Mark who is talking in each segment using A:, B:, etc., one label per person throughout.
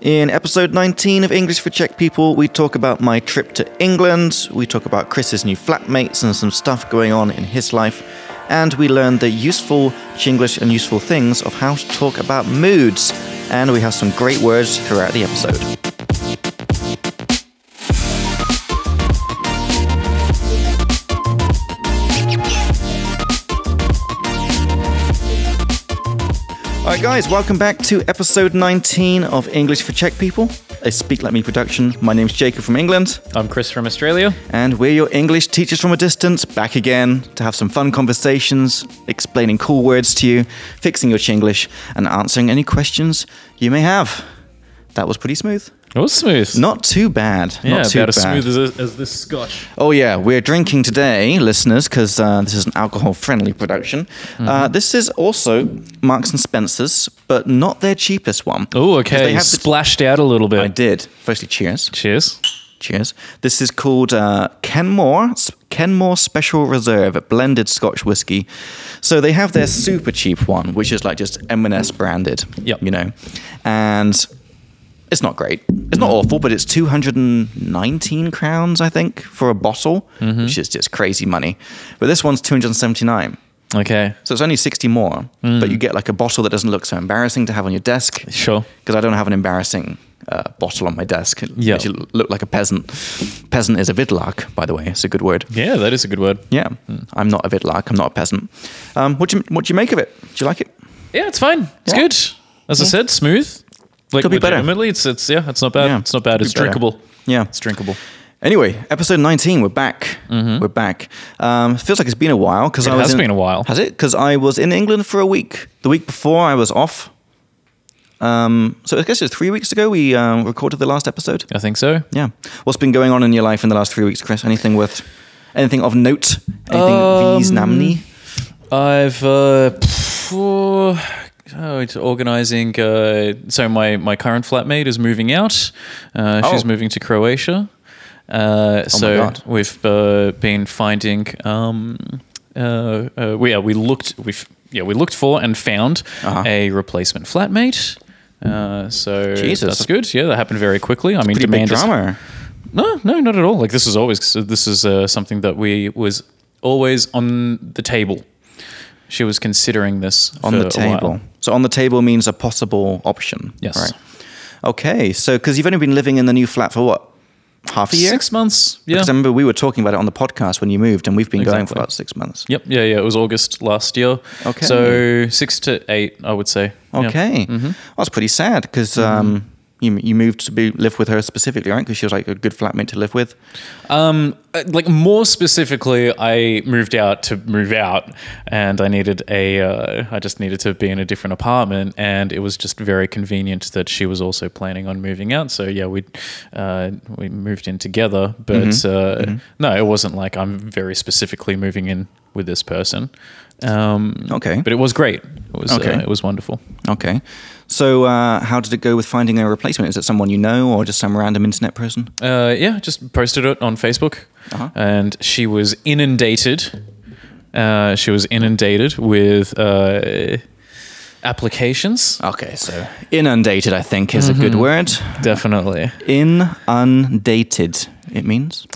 A: In episode 19 of English for Czech People, we talk about my trip to England, we talk about Chris's new flatmates and some stuff going on in his life, and we learn the useful Chinglish and useful things of how to talk about moods. And we have some great words throughout the episode. All right, guys, welcome back to episode 19 of English for Czech People, a Speak Like Me production. My name's Jacob from England,
B: I'm Chris from Australia.
A: and we're your English teachers from a distance, back again to have some fun conversations, explaining cool words to you, fixing your Chinglish, and answering any questions you may have. That was pretty smooth.
B: It was Oh, smooth.
A: Not too bad.
B: yeah,
A: Not too
B: about as
A: bad.
B: smooth as, as this scotch.
A: Oh yeah, we're drinking today, listeners, because uh, this is an alcohol-friendly production. Uh,
B: Mm-hmm.
A: this is also Marks and Spencers, but not their cheapest one.
B: Oh,
A: 'Cause
B: okay.
A: They
B: You
A: have the-
B: splashed out a little bit.
A: I did. Firstly, cheers.
B: Cheers.
A: Cheers. This is called uh, Kenmore Kenmore Special Reserve, a blended Scotch whiskey. So they have their super cheap one, which is like just M&S branded.
B: Yep.
A: You know, and it's not great. It's not awful, but it's 219 crowns, I think, for a bottle, which is just crazy money. But this one's 279.
B: Okay.
A: So it's only 60 more, but you get like a bottle that doesn't look so embarrassing to have on your desk.
B: Sure.
A: Because I don't have an embarrassing uh, bottle on my desk. It
B: Yeah.
A: makes you look like a peasant. Peasant is a vidlark, by the way. It's a good word.
B: Yeah, that is a good word.
A: Yeah. I'm not a vidlark. I'm not a peasant. Um, what do you what do you make of it? Do you like it?
B: Yeah, it's fine. It's
A: Yeah.
B: good. As I said, smooth. Like
A: Could be better.
B: legitimately, it's it's yeah, it's not bad.
A: Yeah.
B: It's not bad.
A: Could
B: It's
A: be better.
B: drinkable.
A: Yeah.
B: It's drinkable.
A: Anyway, episode 19, we're back. We're back. Um, feels like it's been a while because
B: Mm-hmm.
A: I
B: It
A: was
B: has
A: in-
B: been a while.
A: Has it? Because I was in England for a week. The week before I was off. Um, so I guess it was three weeks ago we um, recorded the last episode.
B: I think so.
A: Yeah. What's been going on in your life in the last three weeks, Chris? Anything worth? Anything of note? Anything
B: Um,
A: namni?
B: I've uh, pff, oh, oh, it's organizing. Uh, so my my current flatmate is moving out. Uh, She's
A: Oh.
B: moving to Croatia. Uh, so
A: God.
B: we've uh, been finding. Um, uh, uh, we, yeah, we looked. We've yeah, we looked for and found
A: Uh-huh.
B: a replacement flatmate. Uh, so
A: Jesus.
B: that's good. Yeah, that happened very quickly. I mean,
A: Pretty big
B: demand is-
A: drama.
B: no, no, not at all. Like this is always so this is uh, something that we was always on the table. She was considering this
A: on
B: for
A: the
B: a while.
A: table. So on the table means a possible option.
B: Yes.
A: Right. Okay. So because you've only been living in the new flat for what? Half a year.
B: Six months. Yeah.
A: Because I remember we were talking about it on the podcast when you moved, and we've been going for
B: Exactly.
A: about six months.
B: Yep. Yeah. Yeah. It was August last year.
A: Okay.
B: So six to eight, I would say. Yeah. Mm-hmm.
A: Okay. Well, that's pretty sad because um, you you moved to be, live with her specifically, right? Because she was like a good flatmate to live with.
B: Um, uh, like more specifically, I moved out to move out, and I needed a. Uh, I just needed to be in a different apartment, and it was just very convenient that she was also planning on moving out. So yeah, we uh, we moved in together, but
A: Mm-hmm.
B: Uh, no, it wasn't like I'm very specifically moving in with this person. Um,
A: Okay.
B: but it was great. It was
A: Okay.
B: uh, it was wonderful.
A: Okay. So, uh, how did it go with finding a replacement? Is it someone you know or just some random internet person?
B: Uh, yeah, just posted it on Facebook,
A: Uh-huh.
B: and she was inundated. Uh, she was inundated with uh, applications.
A: Okay, so inundated, I think, is a good word.
B: Definitely
A: Inundated, it means.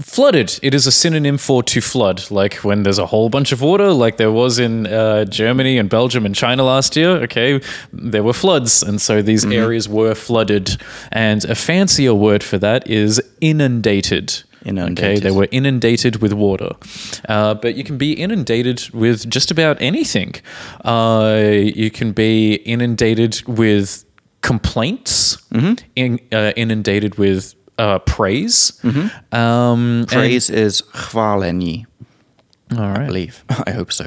B: flooded. It is a synonym for to flood, like when there's a whole bunch of water, like there was in uh, Germany and Belgium and China last year. Okay, there were floods, and so these
A: Mm-hmm.
B: areas were flooded. And a fancier word for that is inundated. Okay,
A: Inundated.
B: they were inundated with water. Uh, but you can be inundated with just about anything. Uh, you can be inundated with complaints,
A: Mm-hmm.
B: in, uh, inundated with uh, praise. Um,
A: Mm-hmm. Praise is chvaleni,
B: and- all
A: I
B: right.
A: believe. I hope so.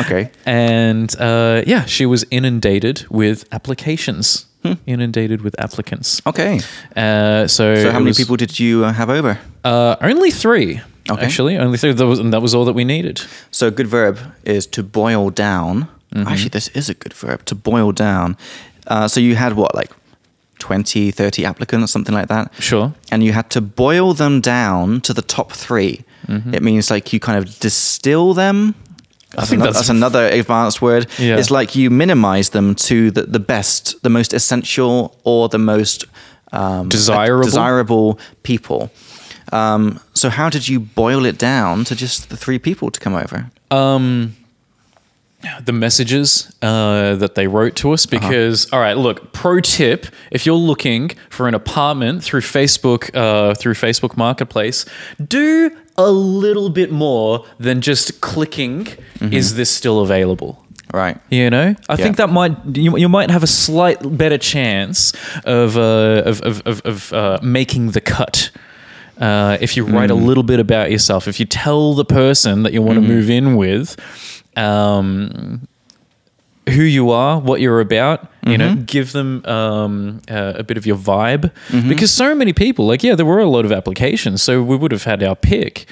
A: okay.
B: And uh, yeah, she was inundated with applications.
A: Hmm.
B: Inundated with applicants.
A: Okay.
B: Uh, so,
A: Oh. So,
B: it
A: how many
B: was-
A: people did you uh, have over?
B: Uh, only three.
A: Okay.
B: Actually, only three. That was, and that was all that we needed.
A: So, a good verb is to boil down. Actually, this is a good verb to boil down. Uh, so, you had what, like 20, 30 applicants, something like that?
B: Sure.
A: and you had to boil them down to the top 3 It means like you kind of distill them Mm-hmm. I think that's, another advanced word.
B: Yeah.
A: It's like you minimize them to the, the best, the most essential, or the most um,
B: Desirable?
A: desirable people. Um, so, how did you boil it down to just the three people to come over?
B: the messages uh, that they wrote to us because all right look pro tip if you're looking for an apartment through facebook uh, through facebook marketplace do a little bit more than just clicking is this still available
A: Right.
B: you know, I
A: Yeah.
B: think that might you, you might have a slight better chance of uh, of of, of, of uh, making the cut uh, if you write a little bit about yourself. If you tell the person that you want to move in with um, who you are, what you're about, you know, give them um, uh, a bit of your vibe because so many people, like yeah, there were a lot of applications, so we would have had our pick,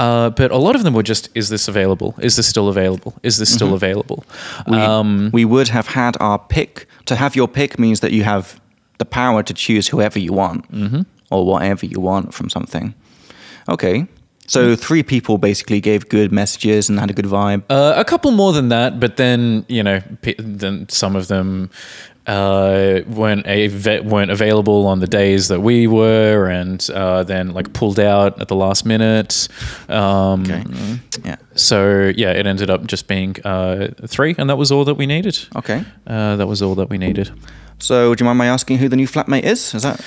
B: uh, but a lot of them were just, is this available? Is this still available? Is this still available?
A: We,
B: Um,
A: we would have had our pick. To have your pick means that you have the power to choose whoever you want
B: Mm-hmm.
A: or whatever you want from something. Okay. So, three people basically gave good messages and had a good vibe.
B: Uh, a couple more than that, but then you know, p- then some of them uh, weren't a weren't available on the days that we were, and uh, then like pulled out at the last minute. Um,
A: okay. Yeah.
B: So yeah, it ended up just being uh, three, and that was all that we needed.
A: Okay.
B: Uh, that was all that we needed.
A: So, do you mind my asking who the new flatmate is? Is that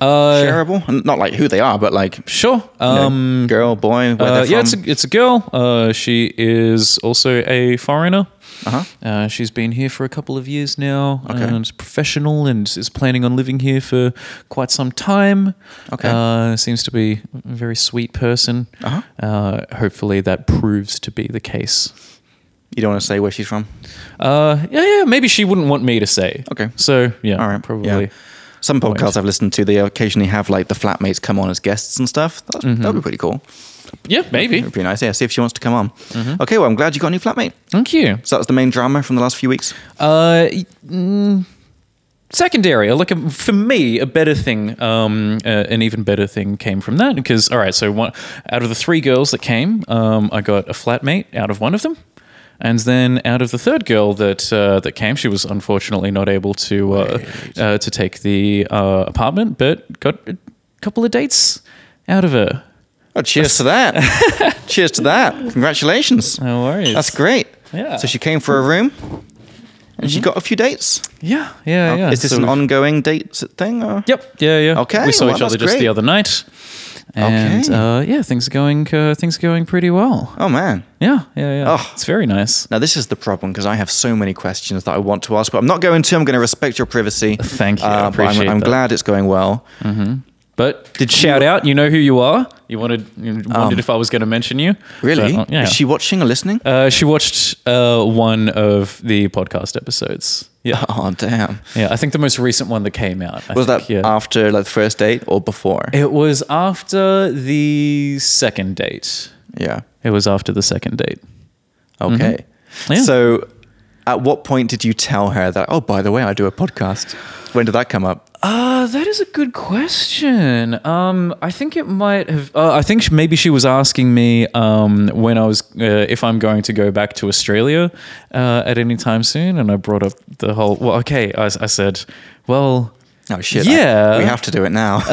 B: Uh,
A: shareable? And Not like who they are, but like you
B: Sure.
A: know,
B: Um,
A: girl, boy, where
B: uh,
A: they're
B: yeah, it's a,
A: from.
B: it's a girl. Uh, she is also a foreigner.
A: Uh-huh.
B: Uh, she's been here for a couple of years now
A: Okay.
B: and is professional and is planning on living here for quite some time.
A: Okay.
B: Uh, seems to be a very sweet person.
A: Uh-huh.
B: Uh, hopefully that proves to be the case.
A: You don't want to say where she's from?
B: Uh, yeah, yeah, maybe she wouldn't want me to say.
A: Okay.
B: So, yeah,
A: All right.
B: probably.
A: yeah. Some podcasts I've listened to, they occasionally have like the flatmates come on as guests and stuff. That
B: Mm-hmm.
A: would be pretty cool.
B: Yeah,
A: It
B: maybe. Mm-hmm.
A: would be nice. Yeah, see if she wants to come on. Okay, well, I'm glad you got a new flatmate.
B: Thank you.
A: So that was the main drama from the last few weeks.
B: Uh, mm, secondary, like a, for me, a better thing, um, uh, an even better thing came from that because all right, so one out of the three girls that came, um, I got a flatmate out of one of them. And then out of the third girl that uh, that came, she was unfortunately not able to uh, uh, to take the uh, apartment, but got a couple of dates out of her.
A: Oh, cheers to that. cheers to that. Congratulations.
B: No worries.
A: That's great.
B: Yeah.
A: So she came for a room and she got a few dates.
B: Yeah, yeah, yeah.
A: Oh, Is this
B: So
A: an
B: we've-
A: ongoing date thing? Or?
B: Yep. Yeah. Yeah.
A: Okay,
B: We saw
A: well,
B: each other
A: that's
B: just
A: great.
B: the other night, and
A: Okay.
B: uh, yeah, things are going uh, things are going pretty well.
A: Oh, man.
B: Yeah. Yeah. Yeah.
A: Oh.
B: It's very nice.
A: Now, this is the problem because I have so many questions that I want to ask, but I'm not going to. I'm going to respect your privacy. Uh,
B: Thank you. I
A: but I'm-
B: appreciate
A: I'm,
B: that.
A: glad it's going well.
B: But did shout out? You know who you are. You wanted you wondered if I was going to mention you.
A: Um, Really?
B: But, uh, yeah.
A: Is she watching or listening?
B: uh, she watched uh, one of the podcast episodes. Yeah.
A: oh, damn.
B: Yeah. I think the most recent one that came out. I
A: Was
B: think,
A: that um,
B: yeah.
A: after like the first date or before?
B: it was after the second date.
A: yeah.
B: It was after the second date.
A: Okay.
B: Mm-hmm. Yeah.
A: So, at what point did you tell her that? Oh, by the way, I do a podcast. When did that come up?
B: Uh, that is a good question. Um, I think it might have. Uh, I think sh- maybe she was asking me um, when I was uh, if I'm going to go back to Australia uh, at any time soon, and I brought up the whole. Well, okay, I, s- I said, well.
A: Oh shit!
B: Yeah.
A: I- we have to do it now.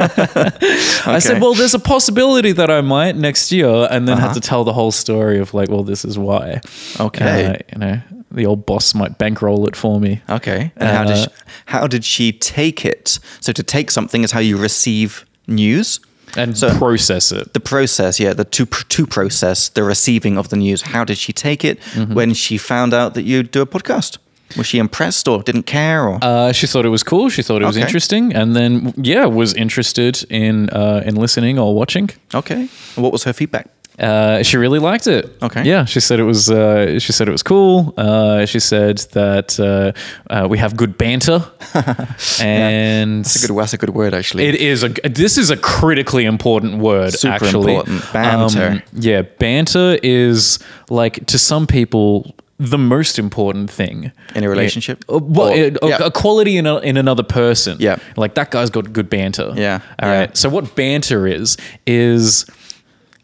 B: I said,
A: Okay. Uh-huh.
B: well, there's a possibility that I might next year, and then had to tell the whole story of like, well, this is why.
A: Okay.
B: Uh, you know, the old boss might bankroll it for me.
A: Okay. And how did
B: Uh,
A: she, how did she take it? So to take something is how you receive news.
B: and
A: Uh, so-
B: process it.
A: The process, yeah, the to to process the receiving of the news. How did she take it
B: Mm-hmm.
A: when she found out that you do a podcast? Was she impressed or didn't care or?
B: Uh, she thought it was cool. She thought it was
A: Okay.
B: interesting, and then yeah, was interested in uh, in listening or watching.
A: okay. And what was her feedback?
B: Uh, she really liked it.
A: Okay.
B: Yeah, she said it was. Uh, she said it was cool. Uh, she said that uh, uh, we have good banter, and
A: That's a good. That's a good word, actually.
B: it is a. This is a critically important word.
A: Super
B: actually, Um,
A: important. Banter.
B: yeah, banter is like to some people the most important thing
A: In a relationship?
B: Yeah. Uh, well,
A: Or-
B: it- a,
A: yeah.
B: a quality in, a, in another person.
A: Yeah.
B: like that guy's got good banter.
A: Yeah.
B: All right.
A: Yeah.
B: So what banter is is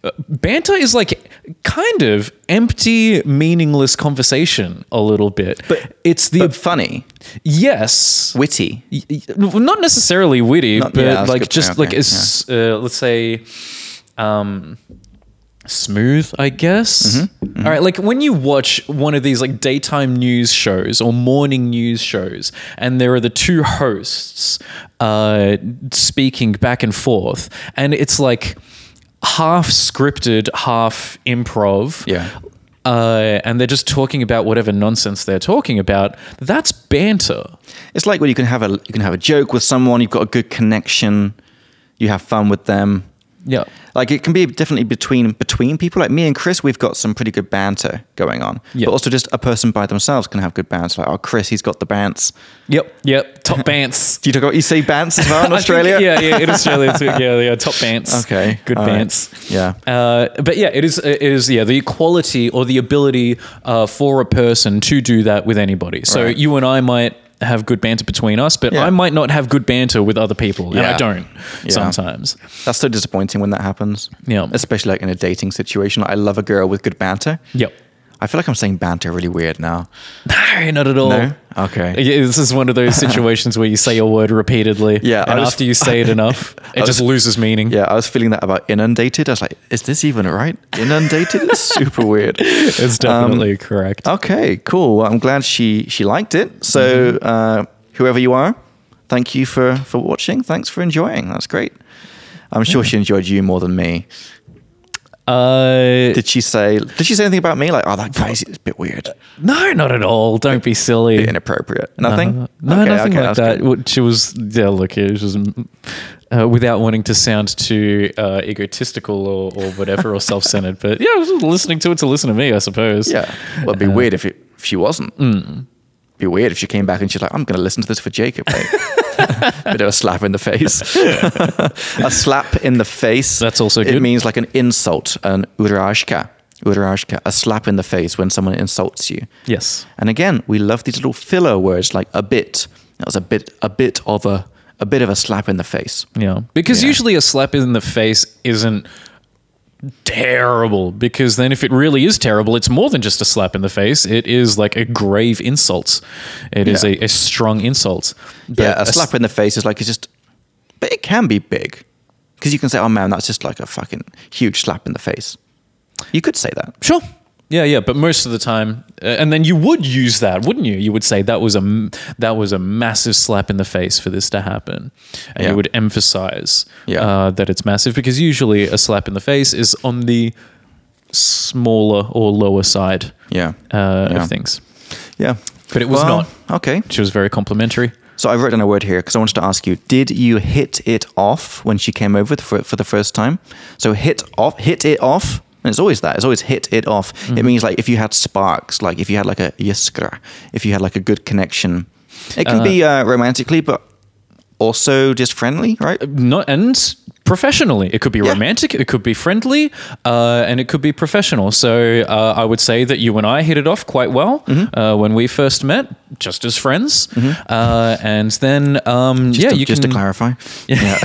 B: uh, banter is like kind of empty, meaningless conversation a little bit.
A: But-
B: it's the
A: But funny,
B: yes,
A: witty.
B: y- y- not necessarily witty,
A: Not-
B: but
A: yeah, that's a
B: like
A: good
B: just
A: point.
B: like
A: Okay,
B: it's uh, let's say, um, smooth, I guess.
A: Mm-hmm,
B: All right, like when you watch one of these like daytime news shows or morning news shows, and there are the two hosts uh, speaking back and forth, and it's like half scripted, half improv
A: Yeah.
B: uh, and they're just talking about whatever nonsense they're talking about. That's banter.
A: It's like where you can have a you can have a joke with someone. You've got a good connection. You have fun with them.
B: Yeah.
A: Like it can be definitely between between people. Like me and Chris, we've got some pretty good banter going on.
B: Yeah.
A: But also just a person by themselves can have good banter. Like oh, Chris, he's got the bants.
B: Yep. Yep. Top bants.
A: Do you talk about you say bants as well in
B: I
A: Australia?
B: think- yeah, yeah, in Australia too. Yeah, yeah, top bants.
A: Okay,
B: good
A: all right.
B: bants.
A: Yeah.
B: uh, but yeah, it is. It is. Yeah, the quality or the ability uh, for a person to do that with anybody. So
A: Right.
B: you and I might have good banter between us, but
A: Yeah.
B: I might not have good banter with other people, and
A: Yeah.
B: I don't
A: Yeah.
B: sometimes.
A: That's so disappointing when that happens.
B: Yeah.
A: Especially like in a dating situation. Like, I love a girl with good banter.
B: Yep.
A: I feel like I'm saying banter really weird now.
B: No, not at all.
A: No? Okay.
B: Yeah, this is one of those situations where you say a word repeatedly.
A: Yeah, I
B: And
A: was-
B: after you say it enough, it
A: was-
B: just loses meaning.
A: Yeah, I was feeling that about inundated. I was like, is this even right? Inundated? It's super weird.
B: It's
A: Um,
B: definitely correct.
A: Okay, cool. Well, I'm glad she she liked it. So
B: Mm-hmm.
A: uh, whoever you are, thank you for for watching. Thanks for enjoying. That's great. I'm sure she enjoyed you more than me.
B: Uh,
A: Did she say? Did she say anything about me? Like, oh, that guy's a bit weird,
B: no, not at all. Don't be silly.
A: inappropriate. Nothing.
B: Uh, no,
A: Okay,
B: nothing
A: okay,
B: like
A: that's good.
B: that. What- She was, yeah, look, she was, mm, uh, without wanting to sound too uh, egotistical or, or whatever or self centered, but yeah, I was listening to it to listen to me, I suppose.
A: Yeah. Well,
B: Um,
A: it'd be weird if, it, if she wasn't.
B: mm.
A: Be weird if she came back and she's like, "I'm going to listen to this for Jacob." Mate. Bit of a slap in the face. a slap in the face.
B: That's also
A: It
B: good.
A: means like an insult, an urashka, urashka, a slap in the face when someone insults you.
B: Yes.
A: And again, we love these little filler words like a bit. That was a bit, a bit of a, a bit of a slap in the face.
B: Yeah. Because
A: Yeah.
B: usually a slap in the face isn't terrible because then if it really is terrible it's more than just a slap in the face it is like a grave insult It is
A: Yeah.
B: a, a strong insult But
A: yeah, a
B: s-
A: slap in the face is like it's just, but it can be big, because you can say, "Oh man, that's just like a fucking huge slap in the face." You could say that.
B: sure yeah yeah but most of the time uh, and then you would use that wouldn't you you would say that was a m- that was a massive slap in the face for this to happen and
A: Yeah.
B: you would emphasize
A: Yeah.
B: uh, that it's massive because usually a slap in the face is on the smaller or lower side
A: Yeah.
B: uh,
A: yeah.
B: of things.
A: Yeah.
B: But it was
A: not okay.
B: She was very complimentary.
A: So I wrote down a word here because I wanted to ask you: Did you hit it off when she came over for, for the first time? So hit off, hit it off. And it's always that. It's always hit it off. It
B: Mm-hmm.
A: means like if you had sparks, like if you had like a yiskra, if you had like a good connection. It can be uh, romantically, but also just friendly, right?
B: Not and professionally, it could be romantic, it could be friendly, uh, and it could be professional. So uh, I would say that you and I hit it off quite well
A: Mm-hmm.
B: uh, when we first met, just as friends. Uh, and then, um,
A: Just
B: yeah,
A: to,
B: you
A: just
B: can.
A: to clarify. Yeah.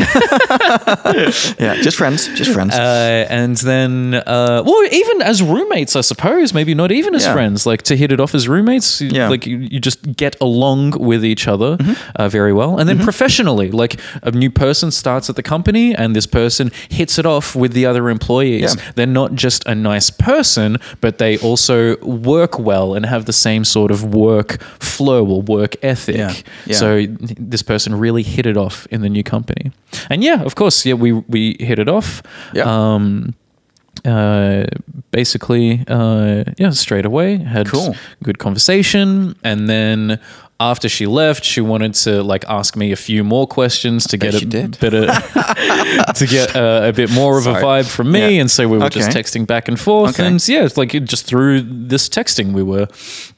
A: yeah, just friends, just friends.
B: Uh, and then, uh, well, even as roommates, I suppose, maybe not even as
A: Yeah.
B: friends, like to hit it off as roommates, you-
A: Yeah. Mm-hmm.
B: like you, you just get along with each other uh, very well. And then professionally, like a new person starts at the company and this person hits it off with the other employees.
A: Yeah.
B: They're not just a nice person, but they also work well and have the same sort of work flow or work ethic.
A: Yeah. Yeah.
B: So this person really hit it off in the new company. And yeah, of course, yeah, we we hit it off.
A: Yeah.
B: Um, uh, basically, uh, yeah, straight away had
A: Cool.
B: good conversation, and then after she left, she wanted to like ask me a few more questions to get
A: she
B: a
A: did.
B: bit of to get uh, a bit more of
A: Sorry.
B: a vibe from me,
A: Yeah.
B: and so we were just
A: Okay.
B: texting back and forth,
A: Okay.
B: and yeah, it's like it just through this texting, we were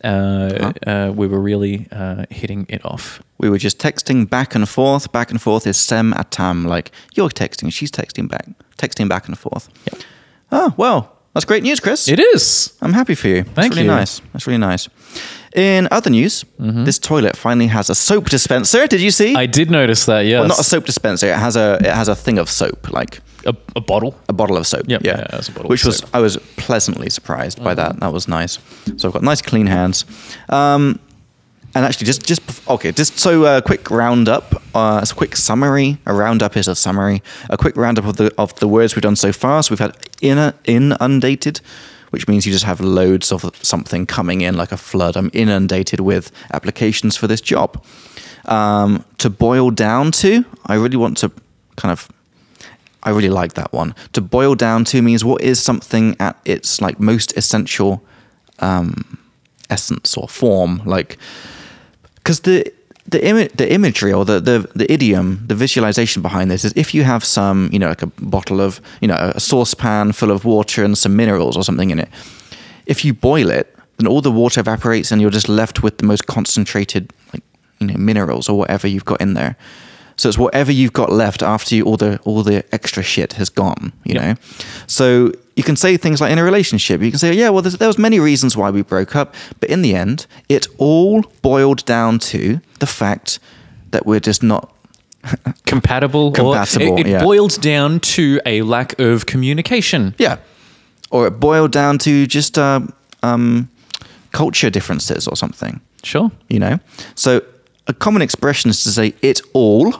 B: uh, uh, we were really uh, hitting it off.
A: we were just texting back and forth. Back and forth is sem atam, like you're texting, she's texting back, texting back and forth.
B: Yeah.
A: Oh, well, that's great news, Chris.
B: It is.
A: I'm happy for you.
B: Thank
A: That's really
B: you. Mm-hmm.
A: nice. That's really nice. In other news, this toilet finally has a soap dispenser. Did you see?
B: I did notice that. Yes.
A: Well, not a soap dispenser. It has a it has a thing of soap, like
B: a, a bottle.
A: a bottle of soap.
B: Yep,
A: yeah,
B: yeah, it's a bottle of
A: which was
B: soap. Mm.
A: I was pleasantly surprised by that. That was nice. So I've got nice clean hands. Um, and actually, just just bef- okay, just so uh, quick roundup, uh, as a quick summary. A roundup is a summary. A quick roundup of the of the words we've done so far. So we've had inner inundated. Which means you just have loads of something coming in like a flood. I'm inundated with applications for this job. Um, to boil down to, I really want to kind of I really like that one. To boil down to means what is something at its like most essential um, essence or form, like because the the image, the imagery or the, the the idiom, the visualization behind this is if you have some, you know, like a bottle of, you know, a saucepan full of water and some minerals or something in it. If you boil it, then all the water evaporates and you're just left with the most concentrated, like you know, minerals or whatever you've got in there. So it's whatever you've got left after you all the all the extra shit has gone, you
B: Yeah.
A: know. So you can say things like in a relationship, you can say, yeah, well, there's, there was many reasons why we broke up, but in the end, it all boiled down to the fact that we're just not.
B: Compatible. or-
A: Compatible,
B: it it
A: yeah.
B: boiled down to a lack of communication.
A: Yeah. Or it boiled down to just uh, um, culture differences or something,
B: Sure.
A: you know. So a common expression is to say it all,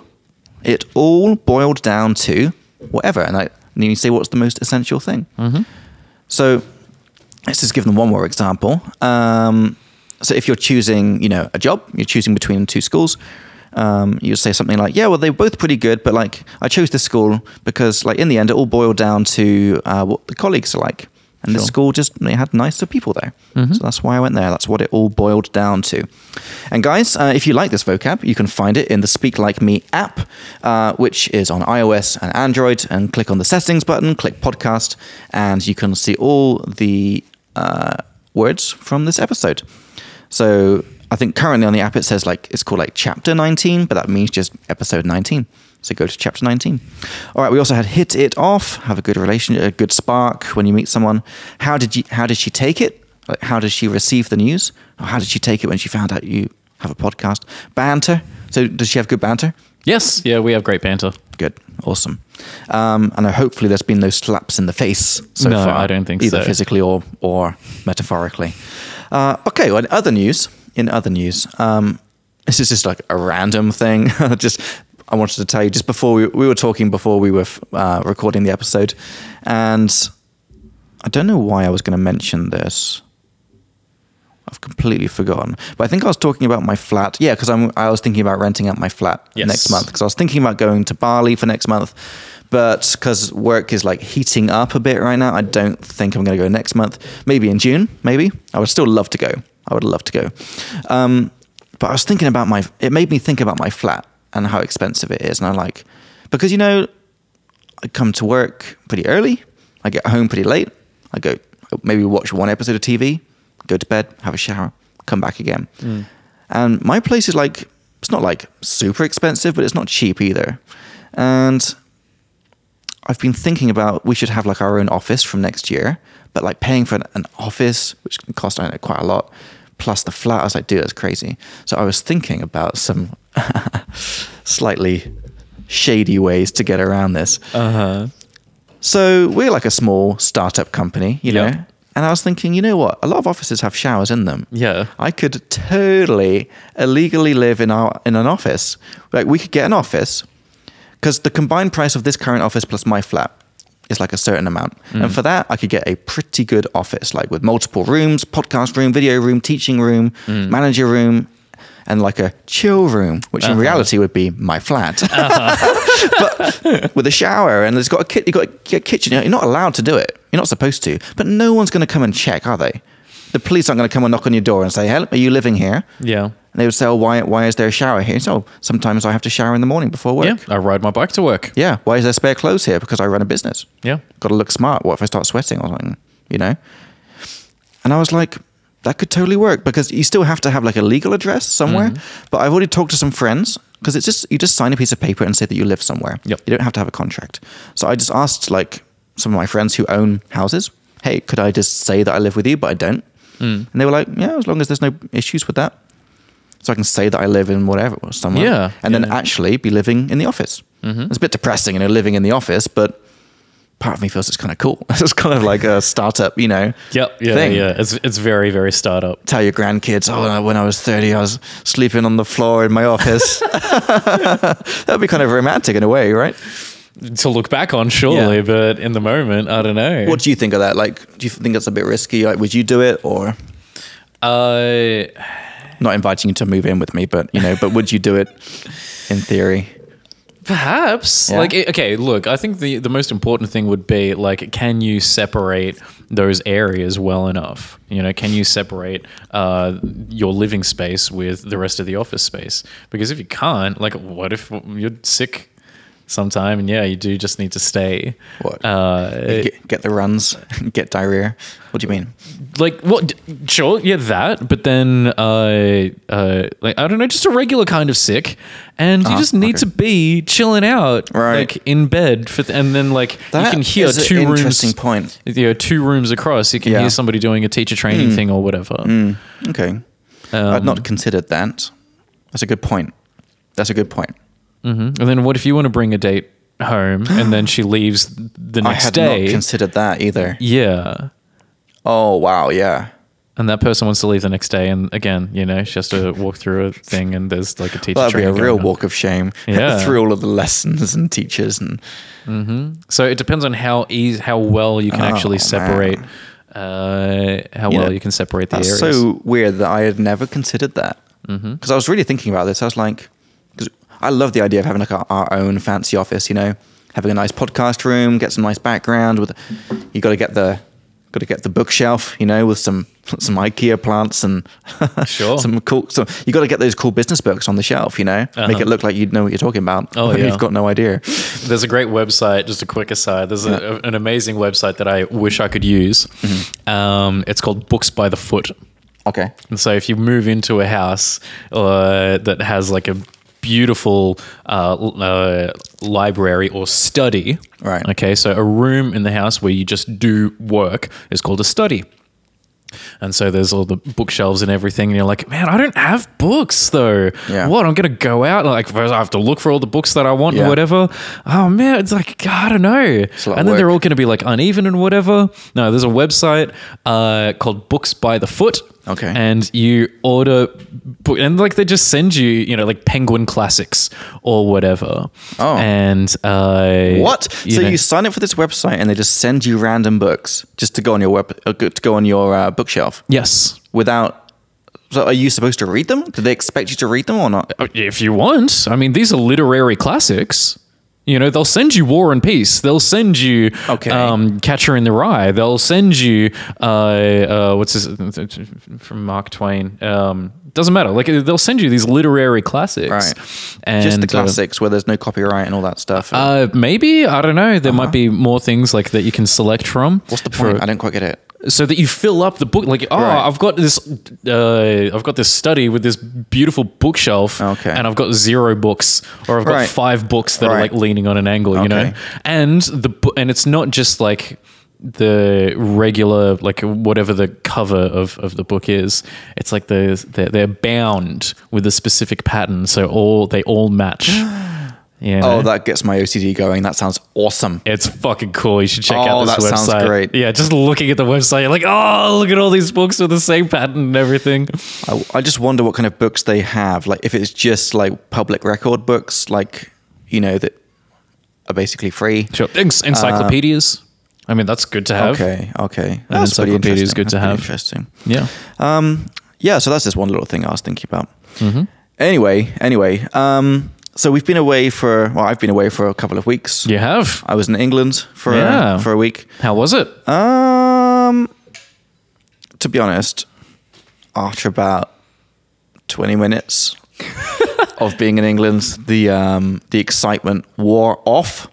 A: it all boiled down to whatever, and, I, and you say what's the most essential thing. So let's just give them one more example. Um, so if you're choosing, you know, a job, you're choosing between two schools. Um, you say something like, "Yeah, well, they're both pretty good, but like, I chose this school because, like, in the end, it all boiled down to uh, what the colleagues are like, and the
B: Sure.
A: school just they had nicer people there, so that's why I went there. That's what it all boiled down to. And guys, uh, if you like this vocab, you can find it in the Speak Like Me app, uh, which is on iOS and Android. And click on the settings button, click podcast, and you can see all the uh, words from this episode. So I think currently on the app it says like it's called like chapter 19, but that means just episode 19. So go to chapter 19. All right, we also had hit it off, have a good relation, a good spark when you meet someone. How did you how did she take it? Like how did she receive the news? Or how did she take it when she found out you have a podcast? Banter. So does she have good banter?
B: Yes. Yeah, we have great banter.
A: Good, awesome. Um, and hopefully there's been no slaps in the face so
B: No,
A: far.
B: I don't think
A: either
B: so.
A: physically or or metaphorically. Uh, okay, well, in other news, in other news, um, this is just like a random thing. just I wanted to tell you just before we, we were talking before we were f- uh, recording the episode, and I don't know why I was going to mention this. I've completely forgotten, but I think I was talking about my flat. Yeah, because I'm. I was thinking about renting out my flat
B: Yes.
A: next month because I was thinking about going to Bali for next month, but because work is like heating up a bit right now, I don't think I'm going to go next month. Maybe in June. Maybe I would still love to go. I would love to go, um, but I was thinking about my. It made me think about my flat and how expensive it is, and I like because you know I come to work pretty early. I get home pretty late. I go maybe watch one episode of TV, go to bed, have a shower, come back again. And my place is like it's not like super expensive, but it's not cheap either. And I've been thinking about we should have like our own office from next year, but like paying for an, an office, which can cost I don't know, quite a lot, plus the flat. I was like, dude, that's crazy. So I was thinking about some slightly shady ways to get around this.
B: Uh
A: Uh-huh.
B: huh.
A: So we're like a small startup company, you know.
B: Yeah.
A: And I was thinking, you know what? A lot of offices have showers in them.
B: Yeah.
A: I could totally illegally live in our in an office. Like we could get an office because the combined price of this current office plus my flat is like a certain amount.
B: Mm.
A: And for that, I could get a pretty good office, like with multiple rooms, podcast room, video room, teaching room,
B: Mm.
A: manager room, and like a chill room, which
B: Uh-huh.
A: in reality would be my flat. but with a shower and it's got a kit, you got a kitchen. You're not allowed to do it. You're not supposed to. But no one's going to come and check, are they? The police aren't going to come and knock on your door and say, "Hello, are you living here?"
B: Yeah.
A: And they would say, "Oh, why? Why is there a shower here?" So sometimes I have to shower in the morning before work.
B: Yeah. I ride my bike to work.
A: Yeah. Why is there spare clothes here? Because I run a business.
B: Yeah.
A: Got to look smart. What if I start sweating or something? You know. And I was like, that could totally work because you still have to have like a legal address somewhere.
B: Mm-hmm.
A: But I've already talked to some friends because it's just you just sign a piece of paper and say that you live somewhere.
B: Yep.
A: You don't have to have a contract. So I just asked like some of my friends who own houses, hey, could I just say that I live with you, but I don't?
B: Mm.
A: And they were like, yeah, as long as there's no issues with that. So I can say that I live in whatever somewhere,
B: Yeah,
A: and then
B: yeah. Mm-hmm.
A: actually be living in the office. It's a bit depressing, you know, living in the office, but part of me feels it's kind of cool. it's kind of like a startup, you know.
B: Yep. Yeah.
A: thing.
B: Yeah. It's it's very very startup.
A: Tell your grandkids, oh, when I- when I was 30, I was sleeping on the floor in my office. That'd be kind of romantic in a way, right?
B: To look back on, surely,
A: Yeah.
B: but in the moment, I don't know.
A: What do you think of that? Like, do you think that's a bit risky? Like, would you do it or
B: Uh,
A: not inviting you to move in with me, but you know, but would you do it in theory?
B: Perhaps.
A: Yeah.
B: Like, it- okay, look, I think the, the most important thing would be like, can you separate those areas well enough? You know, can you separate uh, your living space with the rest of the office space? Because if you can't, like, what if you're sick sometime and yeah, you do just need to stay?
A: What?
B: Uh,
A: Get, get the runs, get diarrhea. What do you mean?
B: like what d- sure yeah that but then uh uh like i don't know just a regular kind of sick and you
A: Ah,
B: just need
A: okay.
B: to be chilling out
A: Right.
B: like in bed for th- and then like you
A: That
B: can hear
A: is an
B: two rooms
A: interesting point.
B: you know, two rooms across you can
A: Yeah. Mm.
B: hear somebody doing a teacher training thing or whatever
A: Okay, I'd
B: Um,
A: not considered that. That's a good point. That's a good point.
B: and then what if you want to bring a date home and then she leaves the
A: I
B: next
A: had
B: day
A: not considered that either.
B: yeah
A: Oh wow, yeah.
B: and that person wants to leave the next day and again you know she has to walk through a thing and there's like a teacher
A: That'd be
B: training
A: a
B: going
A: real
B: on.
A: walk of shame
B: Yeah.
A: through all of the lessons and teachers and
B: So it depends on how easy, how well you can actually separate, uh, how
A: Oh, You
B: well
A: know,
B: you can separate the
A: That's
B: areas.
A: so weird that I had never considered that. Because
B: Mm-hmm.
A: I was really thinking about this. I was like, because I love the idea of having like our, our own fancy office, you know, having a nice podcast room, get some nice background with, you got to get the, got to get the bookshelf, you know, with some some IKEA plants and
B: Sure.
A: some cool. So you got to get those cool business books on the shelf, you know, make it look like you know what you're talking about.
B: Uh-huh. Oh,
A: when
B: yeah.
A: you've got no idea.
B: There's a great website. Just a quick aside. There's a, an amazing website that I wish I could use.
A: Mm-hmm.
B: Um, it's called Books by the Foot.
A: Okay,
B: And so if you move into a house uh, that has like a beautiful uh, l- uh, library or study,
A: Right.
B: Okay, so a room in the house where you just do work is called a study. And so there's all the bookshelves and everything, and you're like, man, I don't have books though.
A: Yeah.
B: What? I'm gonna go out like first I have to look for all the books that I want
A: Yeah.
B: or whatever. Oh man, it's like I don't know.
A: a lot
B: And
A: of
B: then they're
A: work.
B: all gonna be like uneven and whatever. No, there's a website uh, called Books by the Foot.
A: Okay.
B: And you order, bo- and like they just send you, you know, like Penguin Classics or whatever.
A: Oh.
B: And uh,
A: what? so
B: know-
A: you sign up for this website and they just send you random books just to go on your web uh, to go on your uh, bookshelf.
B: Yes.
A: without. So are you supposed to read them? Do they expect you to read them or not?
B: Oh, If you want, I mean, these are literary classics. You know, they'll send you War and Peace. They'll send you
A: Okay.
B: um, Catcher in the Rye. They'll send you uh, uh, what's his from Mark Twain. Um, doesn't matter. Like they'll send you these literary classics.
A: Right.
B: And,
A: Just the
B: uh,
A: classics where there's no copyright and all that stuff.
B: Uh, maybe I don't know. There might be more things like that you can select from.
A: Uh-huh. What's the point? I don't quite get it.
B: so that you fill up the book. Like, oh,
A: Right.
B: I've got this, uh, I've got this study with this beautiful bookshelf,
A: Okay.
B: and I've got zero books, or I've got
A: Right.
B: five books that are
A: Right.
B: like leaning on an angle, you know.
A: Okay.
B: And the bo- and it's not just like the regular like whatever the cover of, of the book is it's like the, they're, they're bound with a specific pattern so all they all match yeah
A: Oh, that gets my OCD going. That sounds awesome.
B: it's fucking cool. You should check
A: Oh,
B: out this
A: that
B: website.
A: sounds great.
B: Yeah, just looking at the website, you're like, oh, look at all these books with the same pattern and everything.
A: I, I just wonder what kind of books they have. Like if it's just like public record books, like you know that are basically free.
B: Sure. Enc- encyclopedias. I mean, that's good to have.
A: Uh, Okay, okay. That's pretty
B: encyclopedia is
A: interesting.
B: good to
A: That's pretty
B: have.
A: Interesting.
B: Yeah.
A: Um, yeah, so that's just one little thing I was thinking about.
B: Mm-hmm.
A: Anyway, anyway, um, so we've been away for well, I've been away for a couple of weeks.
B: You have.
A: I was in England for
B: Yeah.
A: a, for a week.
B: How was it?
A: Um, to be honest, after about twenty minutes of being in England, the um, the excitement wore off.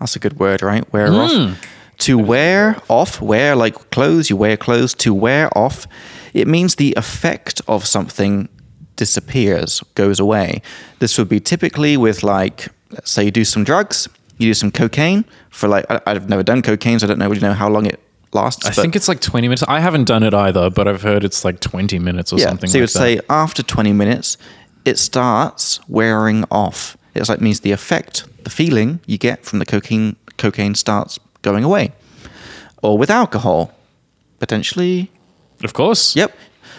A: That's a good word, right? Wear off. To wear off, wear like clothes. You wear clothes. To wear off, it means the effect of something disappears, goes away. This would be typically with like, let's say you do some drugs, you do some cocaine for like I, I've never done cocaine, so I don't know really know how long it lasts.
B: I
A: but-
B: think it's like 20 minutes. I haven't done it either, but I've heard it's like 20 minutes or something
A: So you
B: like
A: would
B: that.
A: say after 20 minutes, it starts wearing off. It's like means the effect, the feeling you get from the cocaine cocaine starts going away. Or with alcohol, potentially.
B: Of course.
A: Yep.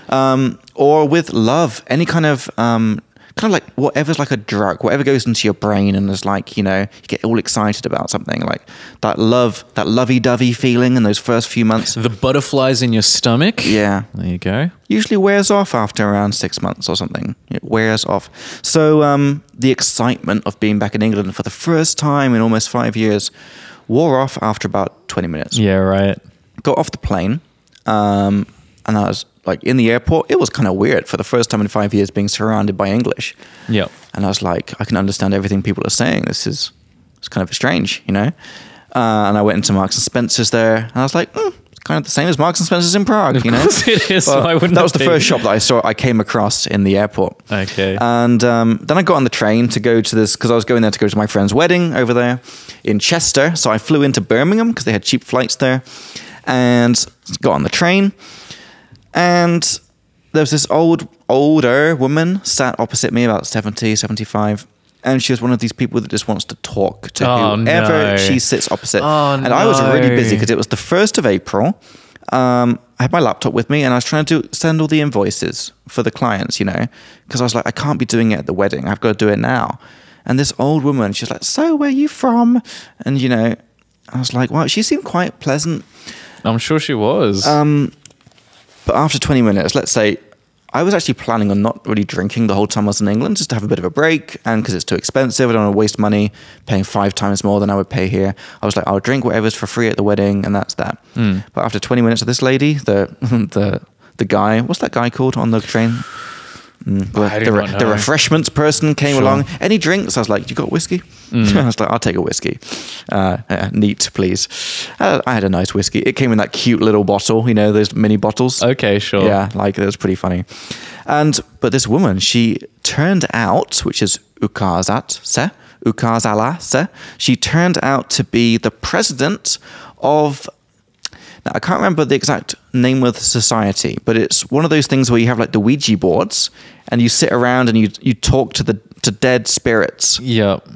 A: Um, or with love, any kind of um, kind of like whatever's like a drug, whatever goes into your brain and is like you know you get all excited about something like that love, that lovey-dovey feeling in those first few months.
B: The butterflies in your stomach.
A: Yeah,
B: There you go.
A: usually wears off after around six months or something. It wears off. So um, the excitement of being back in England for the first time in almost five years wore off after about 20 minutes.
B: Yeah, right.
A: Got off the plane, um, and I was like in the airport. It was kind of weird for the first time in five years being surrounded by English.
B: Yep.
A: And I was like, I can understand everything people are saying. This is it's kind of strange, you know. Uh, and I went into Marks and Spencers there, and I was like, mm, it's kind of the same as Marks and Spencers in Prague, you know.
B: course it is.
A: But
B: Why wouldn't
A: that was
B: it
A: the
B: be?
A: first shop that I saw. I came across in the airport.
B: Okay.
A: And um, then I got on the train to go to this because I was going there to go to my friend's wedding over there in Chester. So I flew into Birmingham because they had cheap flights there, and got on the train. And there was this old, older woman sat opposite me, about 70, 75. And she was one of these people that just wants to talk to
B: Oh,
A: whoever
B: no.
A: she sits opposite.
B: Oh,
A: and I was really
B: no.
A: busy because it was the 1st of April. Um, I had my laptop with me and I was trying to send all the invoices for the clients, you know, because I was like, I can't be doing it at the wedding. I've got to do it now. And this old woman, she's like, So, where you from? And, you know, I was like, Wow, she seemed quite pleasant.
B: I'm sure she was.
A: Um, But after 20 minutes, let's say I was actually planning on not really drinking the whole time I was in England, just to have a bit of a break. And because it's too expensive, I don't want to waste money paying five times more than I would pay here. I was like, I'll drink whatever's for free at the wedding, and that's that.
B: Hmm.
A: But after 20 minutes of this lady, the the the guy, what's that guy called on the train? Mm, the,
B: I do
A: the re-
B: not know.
A: the refreshments person came
B: Sure. Mm.
A: along. Any drinks? I was like, you got whiskey? I was like, I'll take a whiskey. Uh, uh, neat, please. Uh, I had a nice whiskey. It came in that cute little bottle, you know, those mini bottles.
B: okay, sure.
A: Yeah, like it was pretty funny. And but this woman, she turned out, which is ukazat se ukazala se. She turned out to be the president of. Now I can't remember the exact name of the society, but it's one of those things where you have like the Ouija boards, and you sit around and you you talk to the to dead spirits.
B: Yep.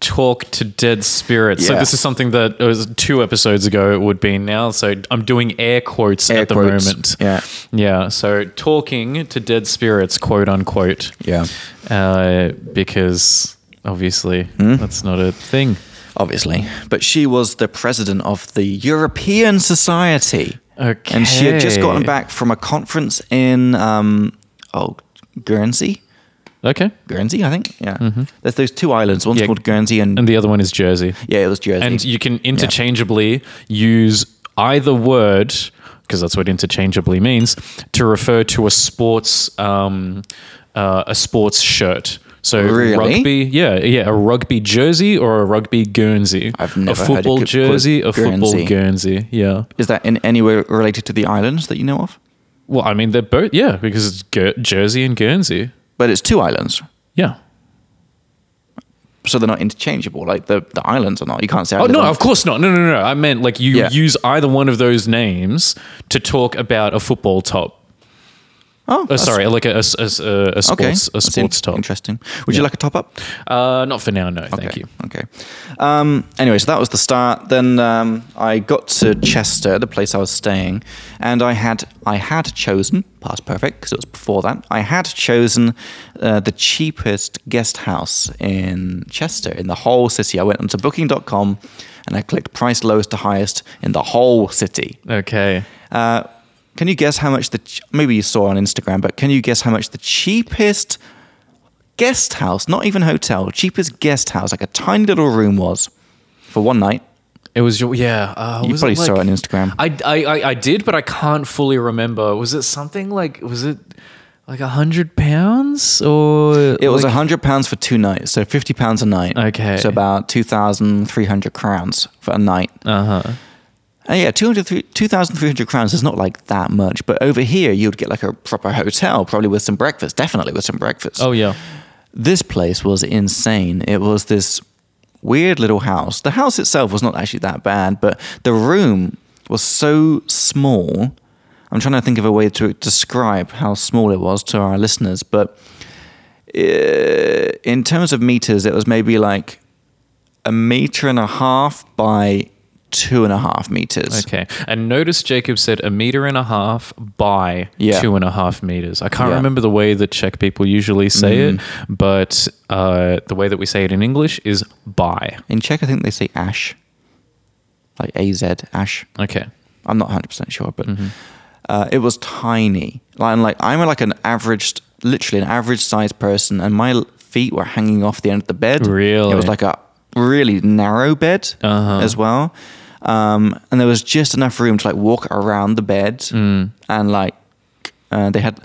B: Talk to dead spirits. So
A: Yeah.
B: this is something that it was two episodes ago it would be now. So I'm doing air quotes
A: Air
B: at the
A: quotes.
B: moment.
A: Yeah.
B: Yeah. So talking to dead spirits, quote unquote.
A: Yeah.
B: Uh, because obviously
A: Hmm?
B: that's not a thing.
A: Obviously, but she was the president of the European Society.
B: Okay.
A: And she had just gotten back from a conference in um, oh Guernsey,
B: Okay.
A: Guernsey, I think. Yeah, there's those two islands. One's
B: Mm-hmm. Yeah.
A: called Guernsey, and,
B: And the other one is Jersey.
A: yeah, it was Jersey.
B: And you can interchangeably use either word, because that's what interchangeably means, to refer to a sports um, uh, a sports shirt. So
A: Really?
B: rugby, yeah, yeah, a rugby jersey or a rugby Guernsey.
A: I've never
B: a
A: heard it
B: football
A: called
B: jersey, a
A: Guernsey.
B: football Guernsey. Yeah.
A: Is that in any way related to the islands that you know of?
B: Well, I mean, they're both yeah, because it's Guer- Jersey and Guernsey.
A: But it's two islands,
B: Yeah.
A: so they're not interchangeable. Like the, the islands are not. You can't say. I
B: Oh
A: live
B: no,
A: on-
B: of course not. No, no, no. I meant like you
A: Yeah.
B: use either one of those names to talk about a football top.
A: Oh,
B: Uh,
A: that's-
B: sorry, like a, a, uh, a, a sports
A: Okay,
B: a
A: That's
B: sports
A: in-
B: top.
A: Interesting. Would you like a top up?
B: Uh, not for now, no. Thank
A: okay.
B: you.
A: Okay. Um, anyway, so that was the start. Then um, I got to Chester, the place I was staying, and I had I had chosen past perfect because it was before that. I had chosen uh, the cheapest guest house in Chester in the whole city. I went onto Booking.com and I clicked price lowest to highest in the whole city.
B: Okay.
A: Uh, can you guess how much the ch- maybe you saw on Instagram, but can you guess how much the cheapest guest house, not even hotel, cheapest guest house, like a tiny little room was for one night?
B: It was your yeah. Uh,
A: You
B: was
A: probably
B: it like,
A: saw it on Instagram.
B: I, I I I did, but I can't fully remember. Was it something like was it like a hundred pounds or
A: It was a
B: like,
A: hundred pounds for two nights, so fifty pounds a night.
B: Okay.
A: so about two thousand three hundred crowns for a night.
B: uh huh.
A: And yeah, 200 three- 2,300 crowns is not like that much, but over here you'd get like a proper hotel, probably with some breakfast, definitely with some breakfast.
B: Oh yeah.
A: this place was insane. It was this weird little house. The house itself was not actually that bad, but the room was so small. I'm trying to think of a way to describe how small it was to our listeners, but uh, in terms of meters, it was maybe like a meter and a half by two and a half meters.
B: Okay. And notice Jacob said a meter and a half by
A: Yeah.
B: two and a half meters. I can't
A: Yeah. Mm.
B: remember the way that Czech people usually say it, but uh, the way that we say it in English is by.
A: In Czech, I think they say ash, like A Z ash.
B: Okay.
A: I'm not 100 percent sure, but uh, it was tiny. Like, I'm like I'm like an average, literally an average sized person, and my l- feet were hanging off the end of the bed. it
B: Really?
A: was like a really narrow bed as well, um, and there was just enough room to like walk around the bed, and like uh, they had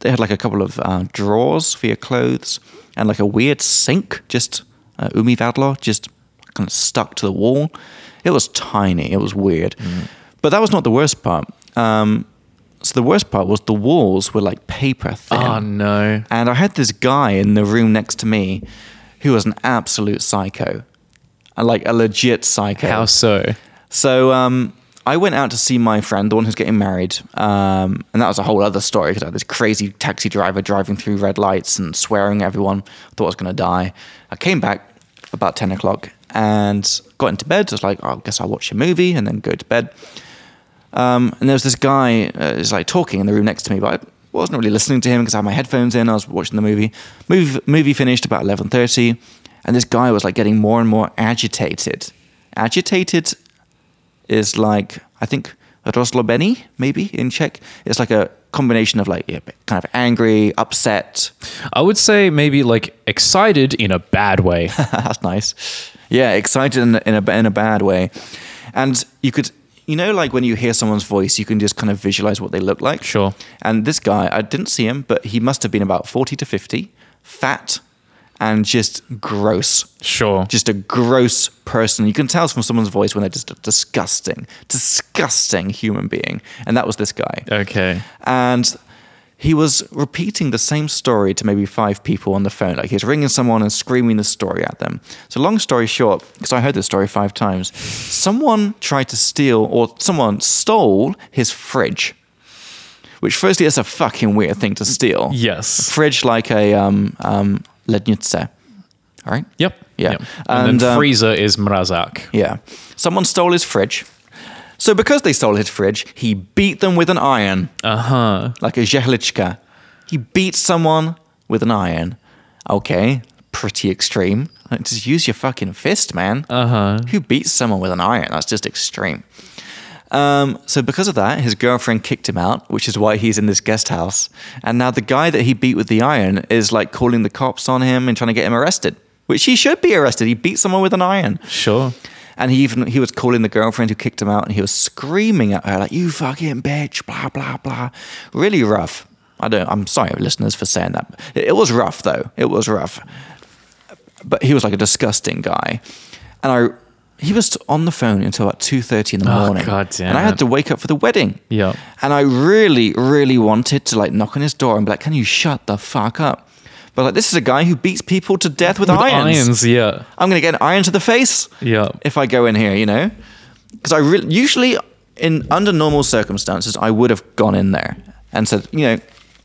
A: they had like a couple of uh, drawers for your clothes, and like a weird sink just uh, Umi Vadlo just kind of stuck to the wall. It was tiny. It was weird. But that was not the worst part. Um, so the worst part was the walls were like paper thin.
B: Oh, no.
A: And I had this guy in the room next to me who was an absolute psycho. Uh, Like a legit psycho.
B: How so?
A: So um, I went out to see my friend, the one who's getting married, um, and that was a whole other story because I had this crazy taxi driver driving through red lights and swearing at everyone. I thought I was going to die. I came back about ten o'clock and got into bed. I was like, oh, I guess I'll watch a movie and then go to bed. Um, and there was this guy uh, is like talking in the room next to me, but I wasn't really listening to him because I had my headphones in. I was watching the movie. Movie, movie finished about eleven thirty, and this guy was like getting more and more agitated. Agitated is like I think roslobeni maybe in Czech. It's like a combination of like yeah, kind of angry, upset.
B: I would say maybe like excited in a bad way.
A: That's nice. Yeah, excited in, a- in a in a bad way, and you could you know like when you hear someone's voice, you can just kind of visualize what they look like.
B: Sure.
A: And this guy, I didn't see him, but he must have been about forty to fifty, fat, and just gross.
B: Sure.
A: just a gross person. You can tell from someone's voice when they're just a disgusting, disgusting human being. And that was this guy.
B: okay.
A: And he was repeating the same story to maybe five people on the phone. Like he was ringing someone and screaming the story at them. So, long story short, because I heard this story five times, someone tried to steal or someone stole his fridge. Which, firstly, is a fucking weird thing to steal.
B: Yes.
A: Fridge like a um, um, lednice. All right?
B: Yep.
A: Yeah.
B: Yep. And,
A: And,
B: then
A: um,
B: freezer is mrazak.
A: Yeah. Someone stole his fridge. So because they stole his fridge, he beat them with an iron. Uh-huh. Like a zhehlichka. He beat someone with an iron. Okay. Pretty extreme. Like, Just use your fucking fist, man. Uh-huh. Who beats someone with an iron? That's just extreme. Um, so because of that, his girlfriend kicked him out, which is why he's in this guest house. And now the guy that he beat with the iron is like calling the cops on him and trying to get him arrested. Which he should be arrested. He beat someone with an iron.
B: Sure.
A: And he even he was calling the girlfriend who kicked him out, and he was screaming at her like "you fucking bitch," blah blah blah. Really rough. I don't. I'm sorry, listeners, for saying that. It, it was rough though. It was rough. But he was like a disgusting guy, and I he was on the phone until about two thirty in the
B: Oh,
A: morning.
B: God damn
A: And I
B: it.
A: had to wake up for the wedding.
B: Yep.
A: And I really, really wanted to like knock on his door and be like, "Can you shut the fuck up?" But like, this is a guy who beats people to death with,
B: With irons, yeah.
A: I'm going to get an iron to the face
B: Yeah.
A: if I go in here, you know? Because I re- usually, in under normal circumstances, I would have gone in there and said, you know,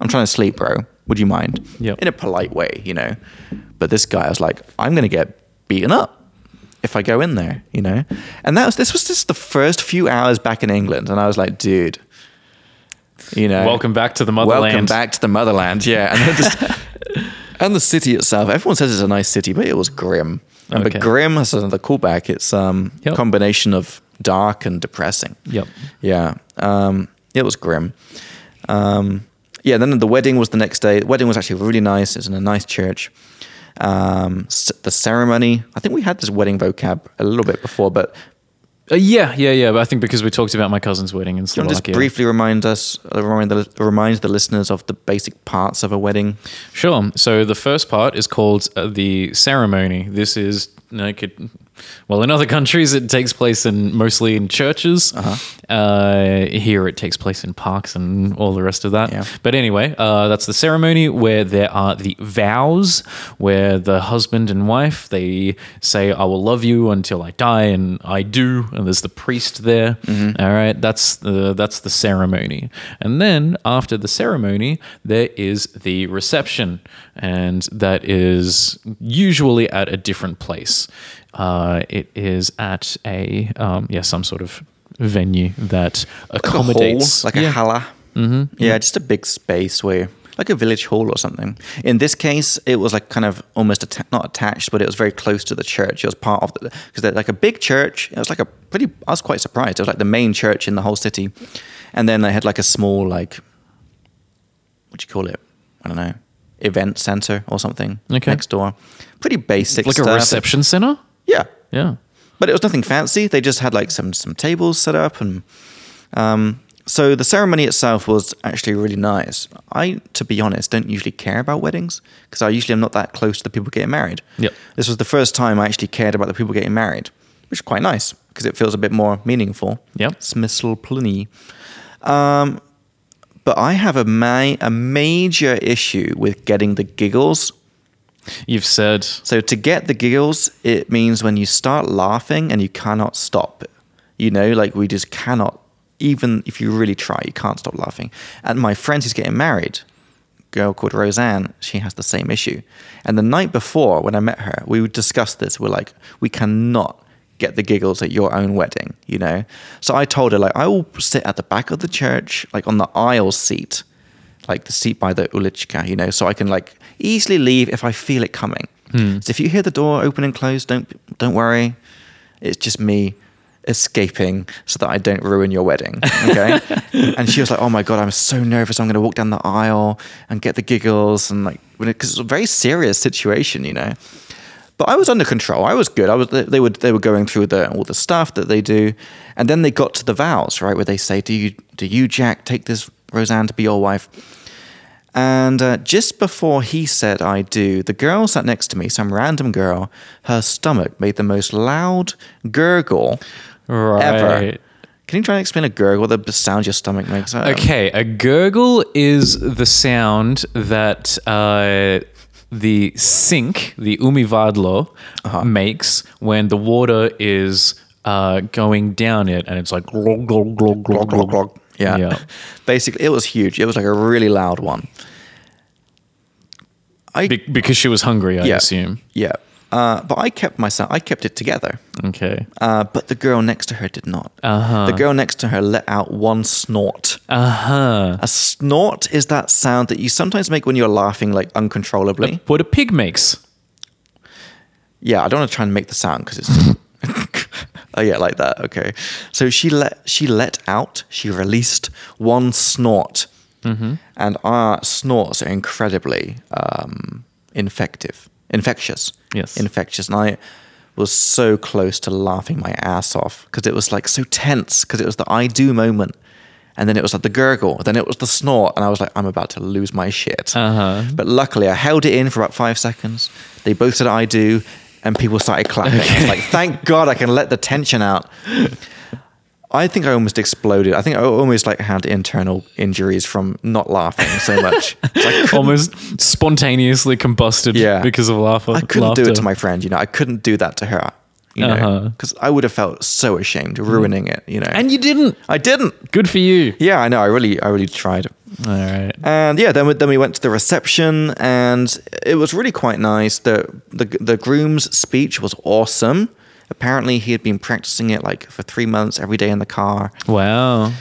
A: I'm trying to sleep, bro. Would you mind?
B: Yep.
A: In a polite way, you know? But this guy, I was like, I'm going to get beaten up if I go in there, you know? And that was, this was just the first few hours back in England. And I was like, dude, you know.
B: Welcome back to the
A: Welcome
B: motherland.
A: back to the motherland. Yeah, and then just, and the city itself. Everyone says it's a nice city, but it was grim. And
B: Okay.
A: but grim is another callback. It's um
B: Yep.
A: combination of dark and depressing.
B: Yep.
A: Yeah. Um, it was grim. Um, yeah. Then the wedding was the next day. The wedding was actually really nice. It was in a nice church. Um, s- the ceremony. I think we had this wedding vocab a little bit before, but
B: Uh, yeah, yeah, yeah. But I think because we talked about my cousin's wedding in
A: can you just
B: Slovakia.
A: briefly remind us, uh, remind the, remind the listeners of the basic parts of a wedding.
B: Sure. So the first part is called uh, the ceremony. This is like it, well, in other countries it takes place in mostly in churches. uh here it takes place in parks and all the rest of that.
A: Yeah.
B: But anyway, uh, that's the ceremony where there are the vows, where the husband and wife they say, "I will love you until I die," and I do. And there's the priest there.
A: Mm-hmm.
B: All right, that's the that's the ceremony. And then after the ceremony, there is the reception, and that is usually at a different place. Uh, it is at a um, yeah some sort of venue that accommodates
A: like a hall, like a hala. Mm-hmm. Yeah, just a big space where, like a village hall or something. In this case, it was like kind of almost atta- not attached, but it was very close to the church. It was part of the because they're like a big church. It was like a pretty. I was quite surprised. It was like the main church in the whole city, and then they had like a small like what do you call it? I don't know event center or something
B: Okay.
A: next door. Pretty basic,
B: like
A: stuff.
B: a reception center.
A: Yeah,
B: Yeah.
A: but it was nothing fancy. They just had like some some tables set up, and um, so the ceremony itself was actually really nice. I, to be honest, don't usually care about weddings because I usually am not that close to the people getting married.
B: Yep.
A: This was the first time I actually cared about the people getting married, which is quite nice because it feels a bit more meaningful.
B: Yep.
A: Smissel pliny. Um, but I have a ma- a major issue with getting the giggles.
B: You've said
A: So to get the giggles, it means when you start laughing and you cannot stop. You know, like we just cannot. Even if you really try, you can't stop laughing. And my friend who's getting married, girl called Roseanne, she has the same issue. And the night before, when I met her, we would discuss this. We're like, we cannot get the giggles at your own wedding, you know. So I told her like, I will sit at the back of the church, like on the aisle seat, like the seat by the ulichka, you know, so I can like easily leave if I feel it coming. So if you hear the door open and close, don't don't worry. It's just me escaping so that I don't ruin your wedding. Okay. and she was like, Oh my God, I'm so nervous. I'm going to walk down the aisle and get the giggles. And like, because it's a very serious situation, you know. But I was under control. I was good. I was. They, they were. They were going through the all the stuff that they do, and then they got to the vows, right, where they say, "Do you, do you, Jack, take this Roseanne to be your wife?" And uh, just before he said, I do, the girl sat next to me, some random girl, her stomach made the most loud gurgle ever.
B: right.
A: Can you try and explain a gurgle, the sound your stomach makes? Um,
B: Okay, a gurgle is the sound that uh, the sink, the umivadlo,
A: Uh-huh.
B: makes when the water is uh, going down it, and it's like glug, glug, glug,
A: glug,
B: glug,
A: glug, glug. Yeah.
B: Yeah.
A: Basically, it was huge. It was like a really loud one. I,
B: Be- because she was hungry, I
A: yeah,
B: assume.
A: Yeah. Uh, but I kept myself, I kept it together.
B: Okay.
A: Uh, but the girl next to her did not.
B: Uh-huh.
A: The girl next to her let out one snort.
B: Uh huh.
A: A snort is that sound that you sometimes make when you're laughing like uncontrollably.
B: What a pig makes.
A: Yeah, I don't want to try and make the sound because it's. oh yeah, like that. Okay. So she let she let out. She released one snort, and our snorts are incredibly um, infective, infectious.
B: Yes.
A: infectious. And I was so close to laughing my ass off because it was like so tense because it was the I do moment. And then it was like the gurgle, then it was the snort, and I was like, I'm about to lose my shit.
B: Uh-huh.
A: But luckily, I held it in for about five seconds. They both said I do, and people started clapping. I was like, thank God I can let the tension out. I think I almost exploded. I think I almost like had internal injuries from not laughing so much. I couldn't,
B: Almost spontaneously combusted
A: Yeah.
B: because of laugh-
A: I couldn't
B: laughter.
A: do it to my friend, you know. I couldn't do that to her, you know,
B: Uh-huh. Mm-hmm.
A: because I would have felt so ashamed ruining it, you know.
B: And you didn't.
A: I didn't.
B: Good for you.
A: Yeah, I know. I really, I really tried.
B: All right.
A: And yeah, then we, then we went to the reception, and it was really quite nice. the the The groom's speech was awesome. Apparently, he had been practicing it like for three months every day in the car,
B: Wow.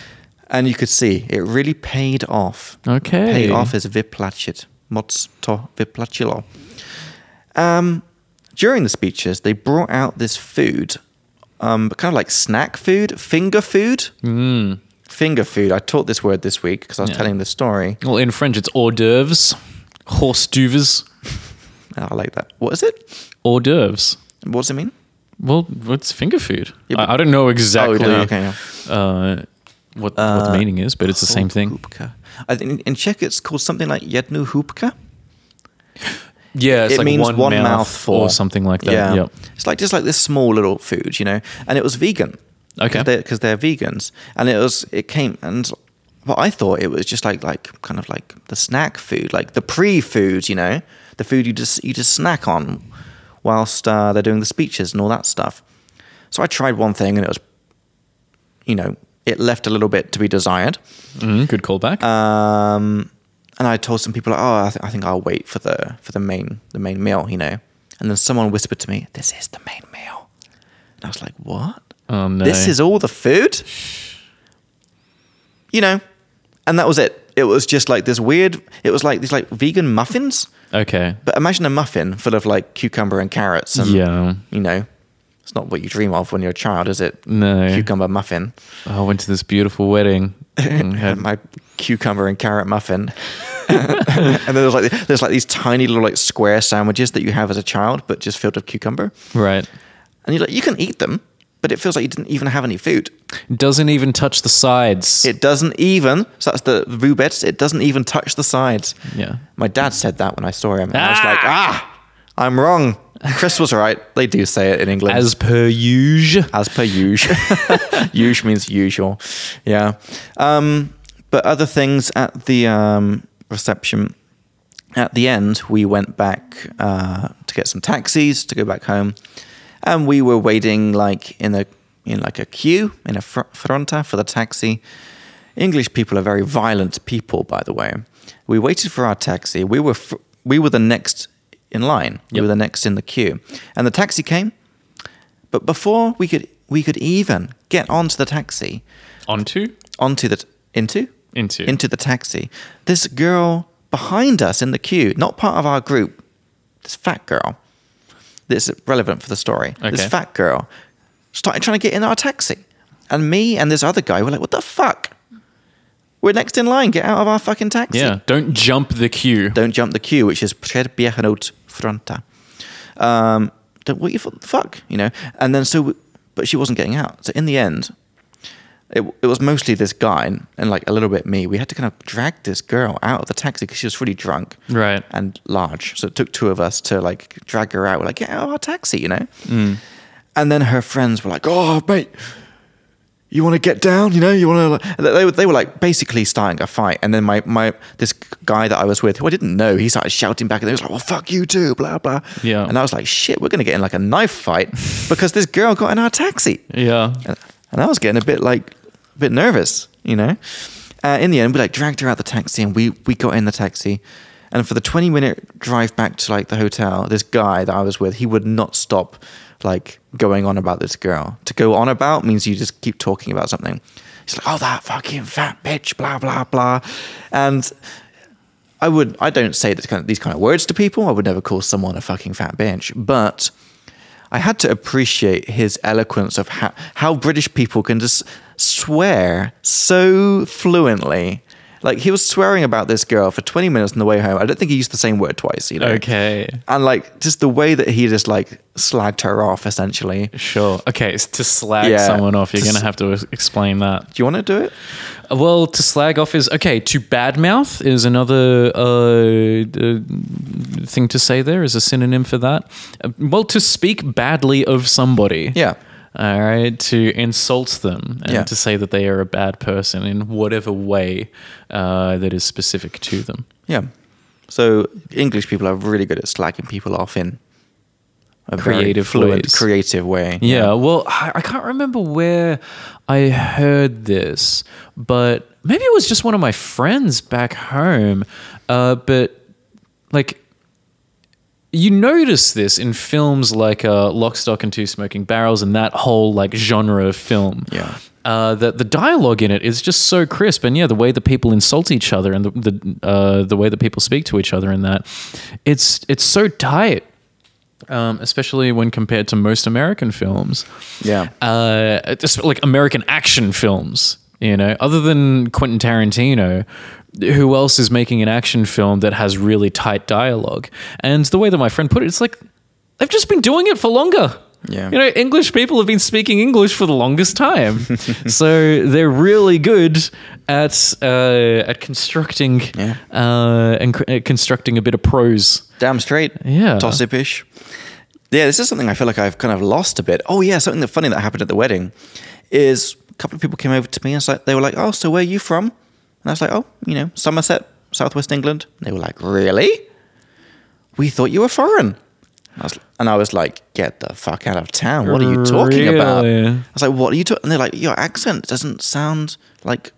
A: and you could see it really paid off.
B: Okay.
A: paid off as viplacit, motto viplacilo. Um, during the speeches, they brought out this food, um, kind of like snack food, finger food.
B: Mm.
A: Finger food. I taught this word this week because I was
B: Yeah.
A: telling the story.
B: Well, in French, it's hors d'oeuvres, horse d'oeuvres,
A: Oh, I like that. What is it?
B: hors d'oeuvres.
A: What does it mean?
B: Well, what's finger food?
A: Yeah, but- Oh,
B: I, I don't know exactly
A: okay, yeah. Uh,
B: uh, what, what the meaning is, but it's the same thing.
A: Hupka. I think in- in Czech it's called something like jednu hupka.
B: Yeah, it's
A: it
B: like
A: means one,
B: mouth
A: mouthful
B: or something like that.
A: Yeah,
B: Yep.
A: it's like just like this small little food, you know. And it was vegan.
B: Okay.
A: because they're, vegans, and it was it came and but I thought it was just like like kind of like the snack food, like the pre-food, you know, the food you just you just snack on whilst uh, they're doing the speeches and all that stuff. So I tried one thing, and it was, you know, it left a little bit to be desired.
B: Mm, good callback.
A: Um, and I told some people, like, oh, I, th- I think I'll wait for the for the main the main meal, you know. And then someone whispered to me, "This is the main meal." And I was like, what?
B: Oh no.
A: This is all the food? You know, and that was it. It was just like this weird, it was like these like vegan muffins.
B: okay.
A: But imagine a muffin full of like cucumber and carrots and,
B: Yeah.
A: you know, it's not what you dream of when you're a child, is it?
B: No.
A: Cucumber muffin.
B: I went to this beautiful wedding. and had-
A: my cucumber and carrot muffin. and there's like there's like these tiny little like square sandwiches that you have as a child, but just filled with cucumber.
B: right.
A: And you're like, you can eat them, but it feels like you didn't even have any food.
B: Doesn't even touch the sides.
A: It doesn't even so that's the rubets. It doesn't even touch the sides.
B: Yeah.
A: My dad said that when I saw him, and I was like, ah, I'm wrong. Chris was right. They do say it in England.
B: As per usual.
A: as per usual. usual means usual. Yeah. Um, but other things at the um, reception. At the end, we went back uh, to get some taxis to go back home, and we were waiting like in a in like a queue in a fr- fronta for the taxi. English people are very violent people, by the way. We waited for our taxi. We were fr- we were the next in line. We
B: Yep.
A: were the next in the queue, and the taxi came. But before we could we could even get onto the taxi,
B: Onto?
A: onto the t- into
B: Into.
A: into the taxi, this girl behind us in the queue, not part of our group, this fat girl, that's relevant for the story. This
B: Okay.
A: fat girl started trying to get in our taxi, and me and this other guy were like, "What the fuck? We're next in line. Get out of our fucking taxi!"
B: Yeah. Don't jump the queue.
A: Don't jump the queue, which is per piechenot fronta. Um, don't, what you fu- fuck, you know? And then so, but she wasn't getting out. So in the end, it, it was mostly this guy and, and like a little bit me. We had to kind of drag this girl out of the taxi because she was really drunk
B: Right.
A: and large. So it took two of us to like drag her out. We're like, get out of our taxi, you know? And then her friends were like, oh, mate, you want to get down, you know, you want to. They, were- they were like basically starting a fight, and then my my this guy that I was with, who I didn't know, he started shouting back, and he was like, "Well, fuck you too," blah blah.
B: Yeah.
A: And I was like, "Shit, we're gonna get in like a knife fight because this girl got in our taxi,"
B: Yeah.
A: and, and I was getting a bit like a bit nervous, you know. Uh, in the end, we like dragged her out the taxi, and we we got in the taxi. And for the 20 minute drive back to like the hotel, this guy that I was with, he would not stop like going on about this girl. To go on about means you just keep talking about something. He's like, oh, that fucking fat bitch, blah, blah, blah. And I would, I don't say this kind of, these kind of words to people. I would never call someone a fucking fat bitch. But I had to appreciate his eloquence of how, how British people can just swear so fluently. Like he was swearing about this girl for 20 minutes on the way home. I don't think he used the same word twice, you know.
B: Okay.
A: And like just the way that he just like slagged her off essentially. Do
B: Sure. Okay. s- To slag
A: Yeah.
B: someone off, you're
A: To
B: going
A: s-
B: to have to ex- explain that.
A: you want to do it?
B: Uh, Well, to slag off is okay. To badmouth is another uh, uh, thing to say. There is a synonym for that. Uh, well, to speak badly of somebody.
A: Yeah.
B: All right. To insult them and
A: Yeah.
B: to say that they are a bad person in whatever way uh, that is specific to them.
A: Yeah. So English people are really good at slagging people off in a
B: Creative
A: very fluent,
B: ways.
A: creative way.
B: Yeah, well, I, I can't remember where I heard this, but maybe it was just one of my friends back home. Uh, but like, you notice this in films like uh, Lock, Stock, and Two Smoking Barrels, and that whole like genre of film.
A: Yeah.
B: Uh, that the dialogue in it is just so crisp, and yeah, the way that people insult each other and the the, uh, the way that people speak to each other in that, it's it's so tight um, especially when compared to most American films.
A: Yeah.
B: Uh, just like American action films, you know, other than Quentin Tarantino, who else is making an action film that has really tight dialogue? And the way that my friend put it, it's like they've just been doing it for longer.
A: Yeah.
B: You know, English people have been speaking English for the longest time. so they're really good at uh, at constructing
A: Yeah.
B: uh, and cr- uh, constructing a bit of prose.
A: Damn straight.
B: Yeah.
A: Tossip-ish. Yeah, this is something I feel like I've kind of lost a bit. Oh yeah, something that funny that happened at the wedding is a couple of people came over to me and it's like they were like, "Oh, so where are you from?" And I was like, "Oh, you know, Somerset, Southwest England." And they were like, "Really? We thought you were foreign." I was, and I was like, "Get the fuck out of town! What are you talking about?"
B: Really?
A: I was like, "What are you talking?" And they're like, "Your accent doesn't sound like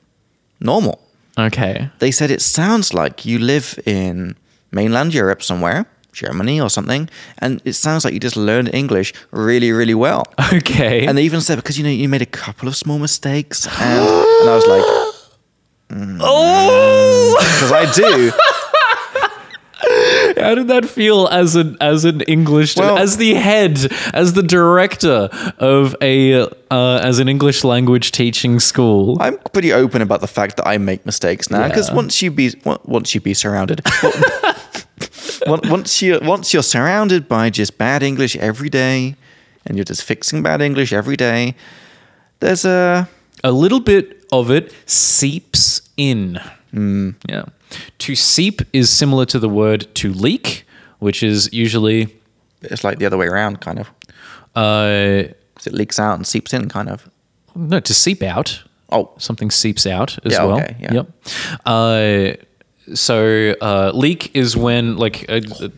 A: normal."
B: Okay.
A: they said it sounds like you live in mainland Europe somewhere Germany or something, and it sounds like you just learned English really, really well.
B: Okay.
A: And they even said because you know you made a couple of small mistakes, and, and I was like,
B: oh,
A: because I do.
B: how did that feel as an as an English
A: Well-
B: as the head as the director of a uh, as an English language teaching school?
A: I'm pretty open about the fact that I make mistakes now because
B: Yeah.
A: once you be on- once you be surrounded, on- once you once you're surrounded by just bad English every day, and you're just fixing bad English every day, there's a
B: a little bit of it seeps in. Yeah. To seep is similar to the word to leak, which is usually
A: it's like the other way around kind of
B: uh,
A: 'Cause it leaks out and seeps in kind of.
B: no to seep out.
A: Oh,
B: Something seeps out as
A: Yeah,
B: well.
A: okay, yeah.
B: Yep. Uh, so uh, leak is when like uh, uh,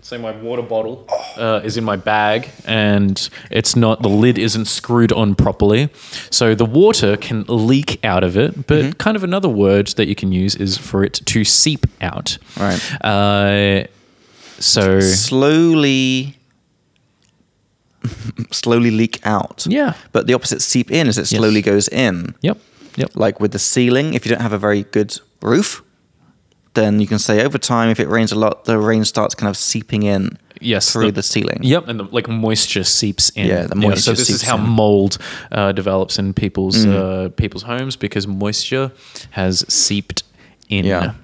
B: say my water bottle uh, is in my bag and it's not the lid isn't screwed on properly, so the water can leak out of it. But
A: Mm-hmm.
B: kind of another word that you can use is for it to seep out.
A: Right.
B: Uh, so
A: slowly slowly leak out.
B: Yeah.
A: But the opposite seep in is it slowly goes in.
B: yep, yep.
A: Like with the ceiling, if you don't have a very good roof, then you can say over time if it rains a lot, the rain starts kind of seeping in
B: yes
A: through the, ceiling.
B: yep and the like moisture seeps in
A: Yeah, the
B: so
A: moisture
B: this is
A: seeps
B: how
A: in. Mm.
B: mold uh, develops in people's uh, people's homes because moisture has seeped in
A: Yeah.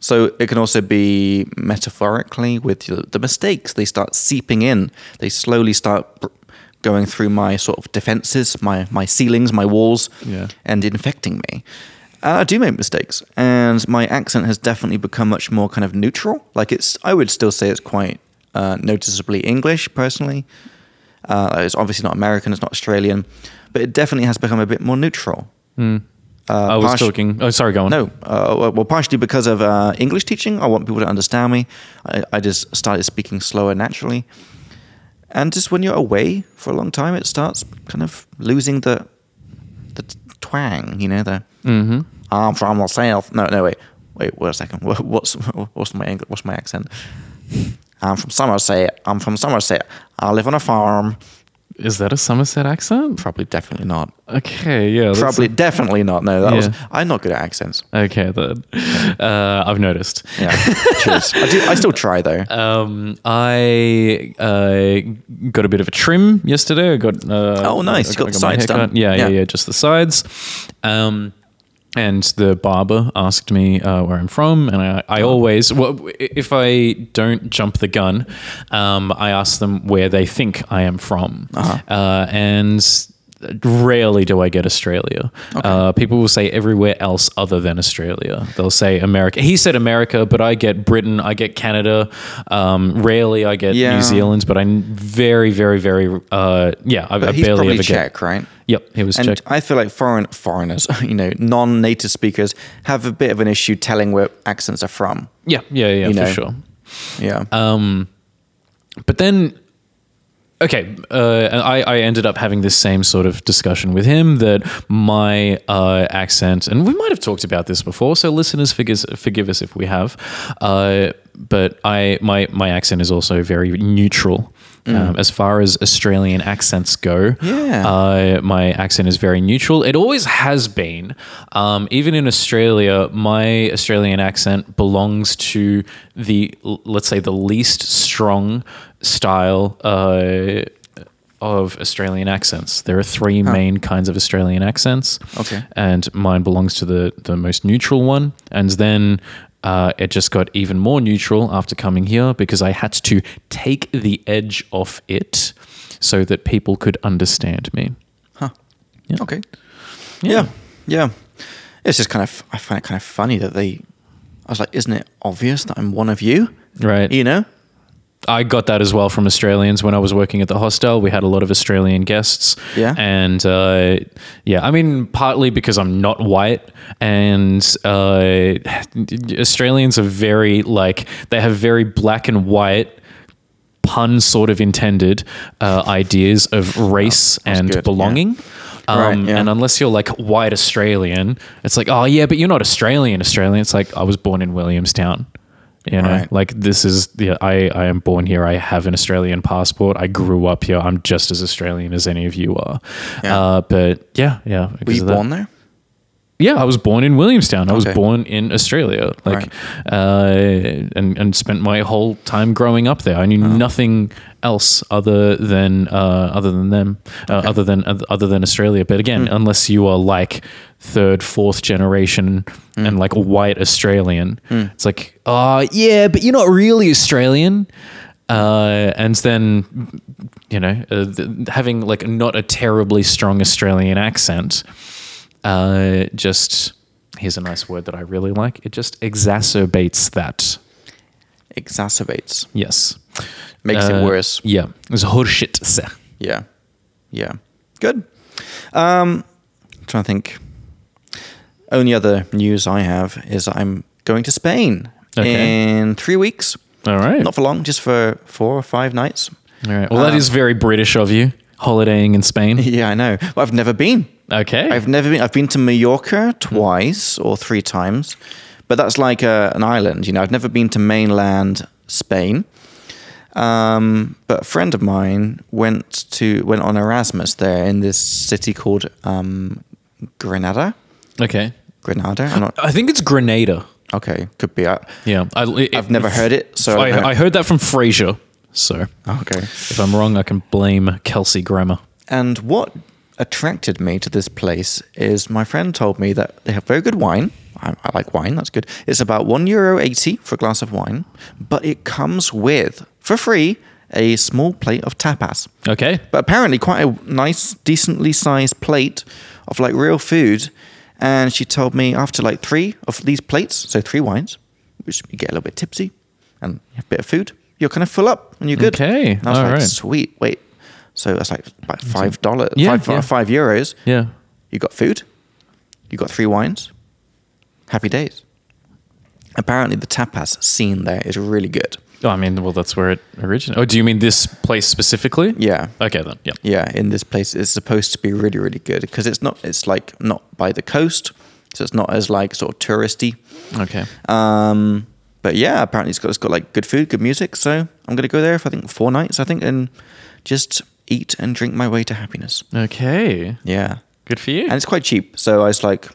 A: So it can also be metaphorically with the the mistakes. They start seeping in. They slowly start br- going through my sort of defenses, my my ceilings, my walls,
B: Yeah.
A: and infecting me. And I do make mistakes, and my accent has definitely become much more kind of neutral. Like it's, I would still say it's quite uh, noticeably English personally. Uh, it's obviously not American, it's not Australian, but it definitely has become a bit more neutral. Uh,
B: Hmm. I was
A: partial-
B: talking oh sorry go on
A: no, uh, well, partially because of uh, English teaching. I want people to understand me. I, I just started speaking slower naturally. And just when you're away for a long time, it starts kind of losing the the twang, you know, the
B: mm-hmm.
A: I'm from the south. No, no, wait, wait, wait a second. What, what's what's my English, what's my accent? I'm from Somerset. I'm from Somerset. I live on a farm.
B: is that a Somerset accent
A: Probably, definitely not.
B: okay yeah that's-
A: Probably, definitely not. No, that was.
B: Yeah.
A: I'm not good at accents.
B: okay then uh, I've noticed
A: Yeah, cheers. I, do, I still try though.
B: Um, I uh, got a bit of a trim yesterday. I got uh,
A: Oh, nice. You got the
B: my
A: sides
B: haircut.
A: done.
B: Yeah, yeah,
A: Yeah.
B: yeah, just the sides. Um, and the barber asked me uh, where I'm from, and I, I
A: Oh.
B: always, well, if I don't jump the gun, um, I ask them where they think I am from,
A: Uh-huh.
B: Uh, and. Rarely do I get Australia. Uh, people will say everywhere else other than Australia. They'll say America. He said America, but I get Britain, I get Canada. Um, rarely I get
A: Yeah.
B: New Zealand, but I n- very, very, very, uh, yeah, I, I
A: He's
B: barely
A: probably
B: ever
A: Czech,
B: get.
A: right?
B: Yep, he was
A: And
B: Czech.
A: I feel like foreign foreigners, you know, non-native speakers have a bit of an issue telling where accents are from.
B: Yeah, yeah, yeah, for
A: know.
B: sure.
A: Yeah,
B: Uh, But then, okay, uh, and I, I ended up having this same sort of discussion with him that my uh, accent, and we might have talked about this before, so listeners forgive, forgive us if we have, uh, but I my, my accent is also very neutral. Um, as far as Australian accents go,
A: Yeah.
B: uh, my accent is very neutral. It always has been. Um, even in Australia, my Australian accent belongs to the, l- let's say, the least strong style uh, of Australian accents. There are three main kinds of Australian accents.
A: Okay.
B: And mine belongs to the, the most neutral one. And then. Uh, it just got even more neutral after coming here because I had to take the edge off it so that people could understand me.
A: okay.
B: Yeah.
A: Yeah. yeah, It's just kind of I find it kind of funny that they. I was like, isn't it obvious that I'm one of you?
B: Right.
A: You know.
B: I got that as well from Australians when I was working at the hostel. We had a lot of Australian guests.
A: Yeah.
B: And uh, yeah, I mean, partly because I'm not white, and uh, Australians are very, like, they have very black and white. Pun sort of intended uh, ideas of race
A: was
B: and
A: Oh, good, yeah.
B: belonging.
A: Right,
B: Um,
A: yeah.
B: And unless you're like white Australian, it's like, oh, yeah, but you're not Australian, Australian. It's like, I was born in Williamstown. You know,
A: Right.
B: like this is the I, I am born here. I have an Australian passport. I grew up here. I'm just as Australian as any of you are.
A: Yeah.
B: Uh, but yeah, yeah.
A: Were
B: because
A: you
B: of that.
A: born there?
B: Yeah, I was born in Williamstown.
A: Okay.
B: I was born in Australia, like, uh, and and spent my whole time growing up there. I knew nothing else other than uh, other than them, uh, other than oth- other than Australia. But again, unless you are like third, fourth generation and like a white Australian, it's like, oh yeah, but you're not really Australian. Uh, and then, you know, uh, th- having like not a terribly strong Australian accent, uh, just here's a nice word that I really like. It just exacerbates that.
A: Exacerbates.
B: Yes,
A: Makes it
B: Uh,
A: worse.
B: Yeah, it's Horshitse.
A: Yeah. Yeah. Good. Um, I'm trying to think. Only other news I have is I'm going to Spain
B: Okay.
A: in three weeks.
B: All right,
A: Not for long, just for four or five nights.
B: all right. Well, that
A: Um,
B: is very British of you, holidaying in Spain.
A: Yeah, I know. But I've never been.
B: Okay,
A: I've never been. I've been to Mallorca twice or three times, but that's like a, an island. You know, I've never been to mainland Spain. Um, but a friend of mine went to went on Erasmus there in this city called um, Granada.
B: okay.
A: Granada. I'm not.
B: I think it's Grenada.
A: Okay, could be. Uh,
B: Yeah, I,
A: I've never heard it, so I Ah. don't know.
B: I, I heard that from Frasier. So
A: okay.
B: if I'm wrong, I can blame Kelsey Grammer.
A: And what attracted me to this place is my friend told me that they have very good wine. I, I like wine, that's good. It's about one euro eighty for a glass of wine, but it comes with, for free, a small plate of tapas.
B: Okay,
A: But apparently, quite a nice, decently sized plate of like real food. And she told me after like three of these plates, so three wines, which you get a little bit tipsy and a bit of food, you're kind of full up and you're good.
B: Okay,
A: And I was
B: all
A: like,
B: right.
A: sweet, wait. So that's like about five dollars,
B: Yeah,
A: five,
B: yeah.
A: five euros.
B: yeah.
A: You got food, you got three wines, happy days. Apparently, the tapas scene there is really good.
B: Oh, I mean, well, that's where it originated. Oh, do you mean this place specifically?
A: Yeah.
B: Okay, then. Yeah.
A: yeah in this place it's supposed to be really really good because it's not it's like not by the coast so it's not as like sort of touristy
B: Okay.
A: um but yeah apparently it's got it's got like good food good music so i'm gonna go there for i think four nights i think and just eat and drink my way to happiness
B: Okay.
A: yeah
B: Good for you.
A: and it's quite cheap so i was like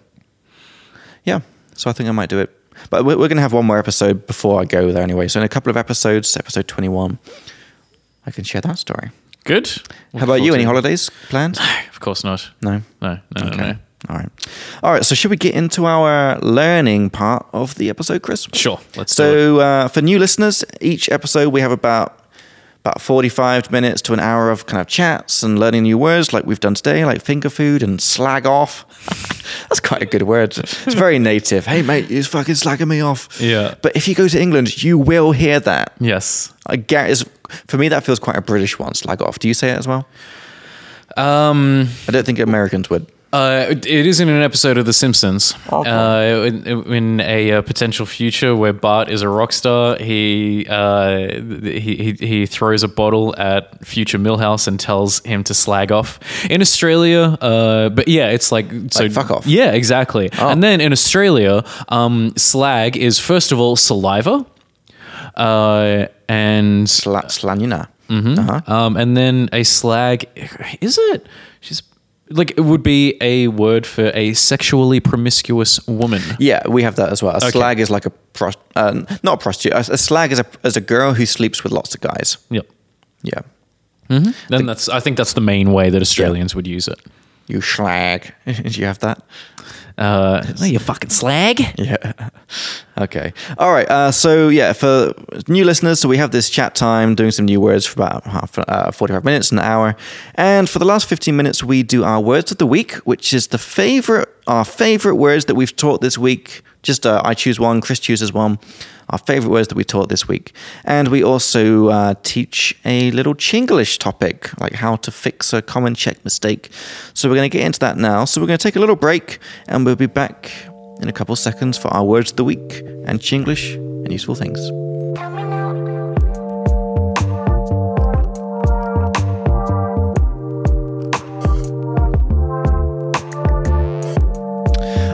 A: yeah so i think i might do it but we're, we're gonna have one more episode before i go there anyway so in a couple of episodes episode 21 i can share that story
B: Good.
A: how about you any
B: holiday?
A: holidays planned
B: Of course not.
A: no
B: No, no, no, no.
A: All right. All right. So, should we get into our learning part of the episode, Chris?
B: Sure. Let's do
A: So, uh, for new listeners, each episode we have about about 45 minutes to an hour of kind of chats and learning new words like we've done today, like finger food and slag off. That's quite a good word. It's very native. Hey, mate, you're fucking slagging me off.
B: Yeah.
A: But if you go to England, you will hear that.
B: it. Yes.
A: I get is for me that feels quite a British one, slag off. Do you say it as well?
B: Um,
A: I don't think Americans would.
B: uh, it it is in an episode of The Simpsons.
A: Okay.
B: Uh, in, in a uh, potential future where Bart is a rock star, he, uh, th- he he he throws a bottle at future Millhouse and tells him to slag off. In Australia, uh, but yeah, it's like so
A: Like, fuck off. Oh.
B: Yeah, exactly. And then in Australia, um, slag is first of all saliva, uh, and
A: Sla- slangina. Mm-hmm. Uh-huh.
B: Um, and then a slag is it? She's like it would be a word for a sexually promiscuous woman.
A: Yeah, we have that as well. A slag is like a pros- uh, not a prostitute. A, a slag is a is a girl who sleeps with lots of guys.
B: Yep.
A: Yeah,
B: Then that's I think that's the main way that Australians would use it.
A: you slag. Do you have that?
B: Uh, you fucking slag.
A: Yeah. Okay. All right. Uh, so yeah, for new listeners, so we have this chat time doing some new words for about half, uh, forty-five minutes, an hour, and for the last fifteen minutes, we do our words of the week, which is the favorite our favorite words that we've taught this week. Just uh, I choose one, Chris chooses one. Our favorite words that we taught this week, and we also uh, teach a little Chinglish topic, like how to fix a common check mistake. So we're going to get into that now. So we're going to take a little break, and we'll be back in a couple seconds for our words of the week and Chinglish and useful things.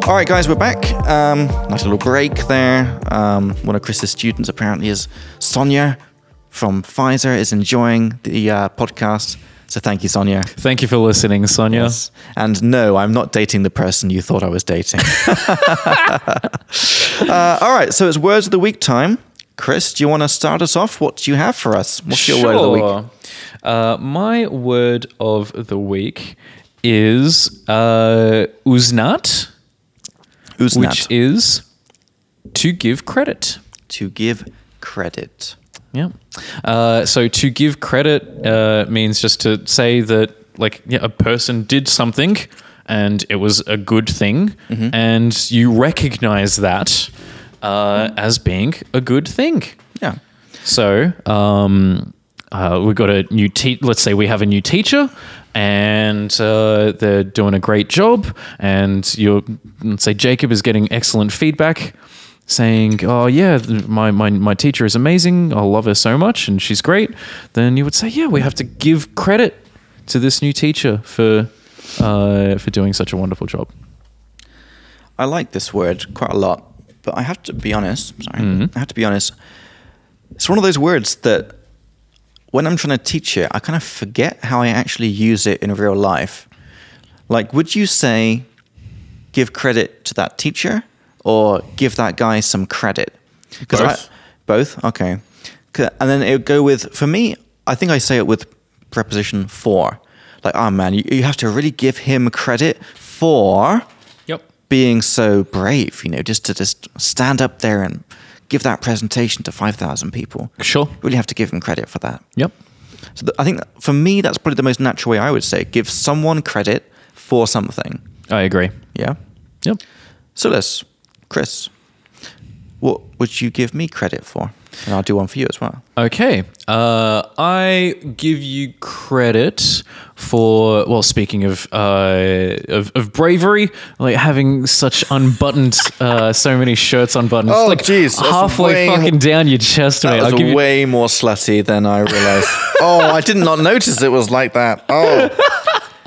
A: All right, guys, we're back. Um, nice little break there. Um, one of Chris's students apparently is Sonia from Pfizer is enjoying the uh, podcast. So thank you, Sonia.
B: Thank you for listening, Sonia.
A: And no, I'm not dating the person you thought I was dating. uh, all right, so it's words of the week time. Chris, do you want to start us off? What do you have for us? What's your word of the week?
B: Uh, my word of the week is uh, uznat,
A: Who's
B: which is to give credit.
A: to give credit.
B: Yeah. Uh, so to give credit uh, means just to say that, like, yeah, a person did something and it was a good thing, and you recognize that uh, as being a good thing.
A: Yeah.
B: So, um, uh, we got a new te- let's say we have a new teacher and uh, they're doing a great job and you're let's say Jacob is getting excellent feedback saying oh yeah th- my, my, my teacher is amazing I love her so much and she's great then you would say yeah we have to give credit to this new teacher for uh, for doing such a wonderful job
A: I like this word quite a lot, but I have to be honest. Sorry, I have to be honest. It's one of those words that when I'm trying to teach it, I kind of forget how I actually use it in real life. Like, would you say give credit to that teacher or give that guy some credit? 'Cause I-
B: Both.
A: both. Okay. 'Cause- And then it would go with for me. I think I say it with preposition for. Like, oh man, you, you have to really give him credit for
B: yep
A: being so brave, you know, just to just stand up there and give that presentation to 5,000 people.
B: sure
A: Really have to give him credit for that.
B: yep
A: So th- I think that- for me, that's probably the most natural way I would say give someone credit for something.
B: I agree
A: Yeah.
B: yep
A: So let's, Chris, what would you give me credit for? And I'll do one for you as well.
B: Okay. Uh, I give you credit for, well, speaking of, uh, of, of bravery, like having such unbuttoned, uh, so many shirts unbuttoned. It's
A: Oh,
B: like
A: jeez, that's
B: halfway
A: way-
B: fucking down your chest, mate. I'll give you-
A: way more slutty than I realized. oh, I did not notice it was like that. Oh.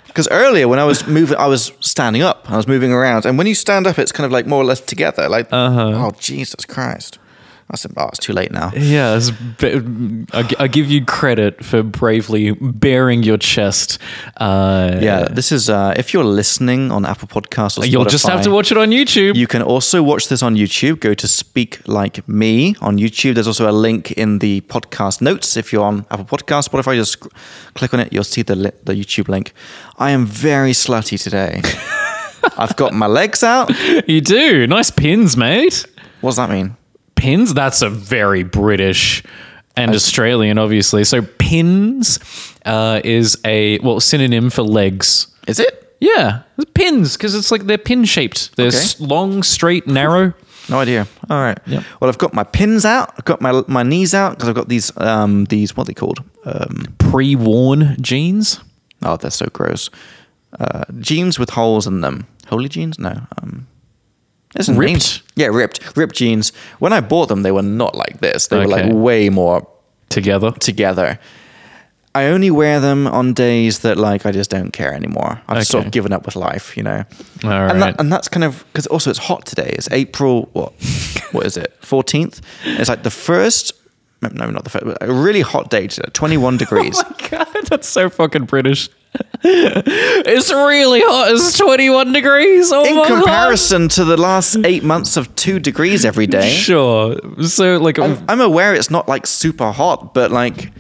A: Because earlier when I was moving, I was standing up. I was moving around, and when you stand up, it's kind of like more or less together. Like, oh Jesus Christ! I said, oh, it's too late now.
B: Uh-huh. yeah, it's b- I, gi- I give you credit for bravely bearing your chest. Uh,
A: Yeah, this is. Uh, if you're listening on Apple Podcasts, or
B: You'll just have
A: Spotify,
B: to watch it on YouTube.
A: You can also watch this on YouTube. Go to Speak Like Me on YouTube. There's also a link in the podcast notes. If you're on Apple Podcasts, Spotify, just sc- click on it. You'll see the, li- the YouTube link. I am very slutty today. I've got my legs out.
B: you do. Nice pins, mate.
A: What does that mean?
B: pins that's a very british and australian obviously so pins uh, is a well synonym for legs
A: Is it?
B: yeah pins because it's like they're pin shaped they're
A: Okay.
B: s long straight narrow
A: No idea. All right.
B: Yep.
A: Well, I've got my pins out. I've got my my knees out because I've got these um these what are they called? Um,
B: pre-worn jeans
A: oh, they're so gross. Uh, jeans with holes in them. Holy jeans? No. Um, There's some
B: Ripped?
A: names. Yeah, ripped. Ripped jeans. When I bought them, they were not like this. They were like
B: Okay.
A: way more
B: together
A: together. I only wear them on days that like I just don't care anymore. I've sort
B: Okay.
A: of given up with life, you know. and,
B: All right.
A: that, and that's kind of because also it's hot today. It's April what? what is it? Fourteenth. It's like the first. No, not the first. but A really hot day today. Twenty-one degrees.
B: god that's so fucking british it's really hot it's 21 degrees oh
A: In
B: my God.
A: comparison to the last
B: mm.
A: eight months of two degrees every day,
B: sure so like
A: I'm aware it's not like super hot, but like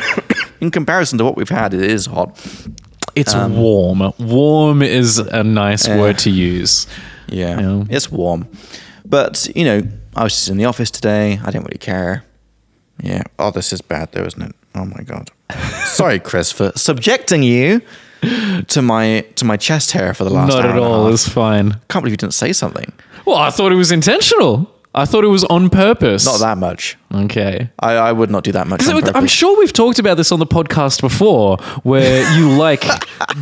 A: in comparison to what we've had, it is hot.
B: it's
A: um,
B: warm warm is a nice
A: eh.
B: word to use
A: Yeah.
B: Yeah.
A: It's warm. But, you know, I was just in the office today. I didn't really care. Yeah. Oh, this is bad though, isn't it? Oh my god. Sorry, Chris, for subjecting you to my to my chest hair for the last
B: not
A: hour
B: at
A: and a
B: all
A: half.
B: it's fine
A: can't believe you didn't say something.
B: Well, I thought it was intentional. I thought it was on purpose.
A: Not that much.
B: Okay.
A: I, I would not do that much.
B: So
A: on
B: it- I'm
A: purpose.
B: sure we've talked about this on the podcast before, where you like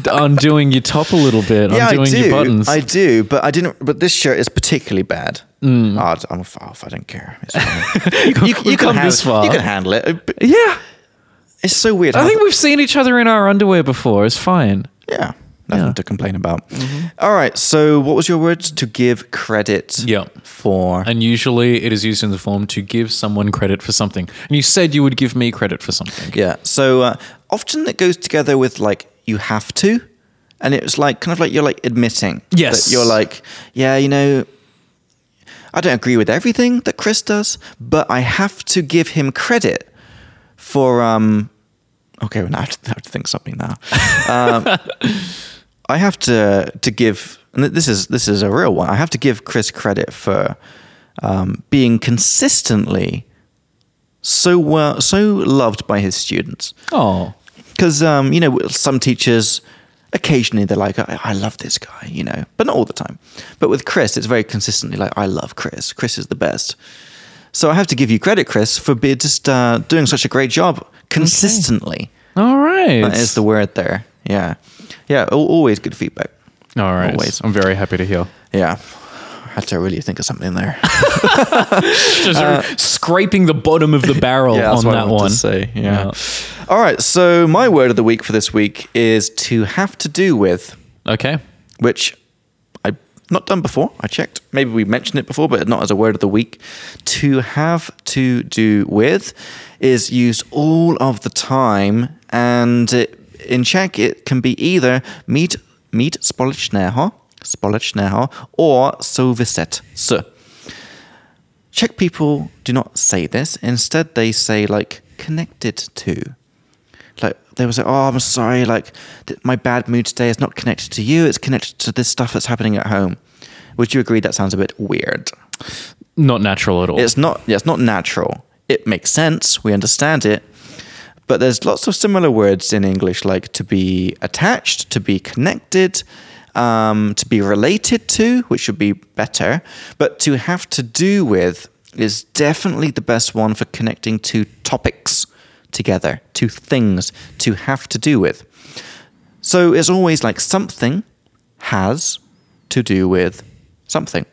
B: undoing your top a little bit,
A: yeah,
B: undoing
A: I do.
B: your buttons.
A: I do, but I didn't. But this shirt is particularly bad. Oh, I d- I'm off. I don't care. It's fine. you,
B: Mm. We've come
A: handle,
B: this far.
A: You can handle it. But
B: yeah,
A: It's so weird.
B: I
A: how-
B: think we've seen each other in our underwear before. It's fine.
A: yeah. Nothing
B: Yeah. Mm-hmm.
A: to complain about. All right. So, what was your word to give credit
B: Yeah.
A: for?
B: And usually it is used in the form to give someone credit for something. And you said you would give me credit for something.
A: Yeah. So uh, often it goes together with like you have to, and it's like kind of like you're like admitting.
B: Yes.
A: That you're like, yeah, you know, I don't agree with everything that Chris does, but I have to give him credit for. um Okay, well, now I have to, I have to think something now. Um, I have to to give, and this is this is a real one. I have to give Chris credit for um, being consistently so well, so loved by his students.
B: Oh.
A: Because um, you know, some teachers occasionally they're like, I-, "I love this guy," you know, but not all the time. But with Chris, it's very consistently like, "I love Chris. Chris is the best." So I have to give you credit, Chris, for be- just uh, doing such a great job consistently.
B: All right.
A: That is the word there. Yeah, yeah. al- Always good feedback.
B: All right.
A: always.
B: I'm very happy to hear.
A: Yeah, I had to really think of something there.
B: Just scraping the bottom of the barrel
A: Uh, yeah,
B: on
A: that's what I
B: that
A: wanted
B: one.
A: To say. Yeah. All right. So my word of the week for this week is to have to do with.
B: Yeah. Okay.
A: which I've not done before. I checked. Maybe we mentioned it before, but not as a word of the week. To have to do with is used all of the time, and it, in Czech it can be either meet meet společného, společného, or souviset s. Czech people do not say this. Instead, they say like connected to. Like they will say, "Oh, I'm sorry. Like th- my bad mood today is not connected to you. It's connected to this stuff that's happening at home." Would you agree that sounds a bit weird?
B: Not natural at all.
A: It's not. Yeah, it's not natural. It makes sense. We understand it. But there's lots of similar words in English, like to be attached, to be connected, um, to be related to, which would be better. But to have to do with is definitely the best one for connecting two topics together, two things to have to do with. So it's always like something has to do with something.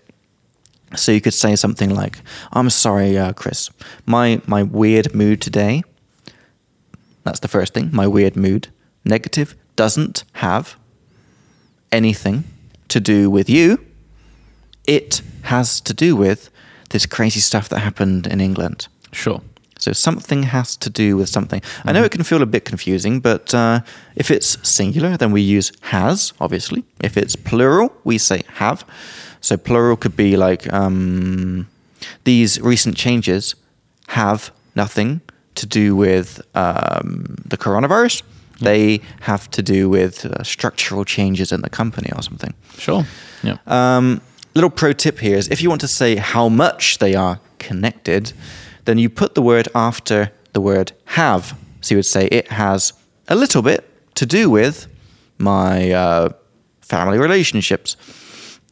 A: So you could say something like, "I'm sorry, uh, Chris. My my weird mood today. That's the first thing. My weird mood, negative, doesn't have anything to do with you. It has to do with this crazy stuff that happened in England.
B: sure.
A: So something has to do with something. I know it can feel a bit confusing, but uh, if it's singular, then we use has, obviously. If it's plural, we say have. So plural could be like um, these recent changes have nothing to do with um, the coronavirus. They have to do with uh, structural changes in the company or something.
B: Sure. Yeah.
A: Um, little pro tip here is if you want to say how much they are connected, then you put the word after the word have. So you would say it has a little bit to do with my uh, family relationships,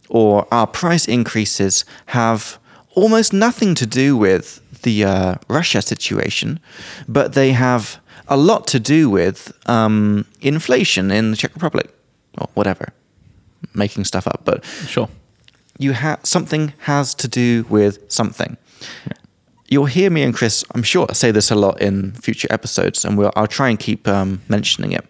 A: or our price increases have almost nothing to do with the uh, Russia situation, but they have a lot to do with um, inflation in the Czech Republic or whatever. Making stuff up, but
B: sure.
A: you ha- something has to do with something. You'll hear me and Chris, I'm sure, say this a lot in future episodes, and we'll, I'll try and keep um, mentioning it.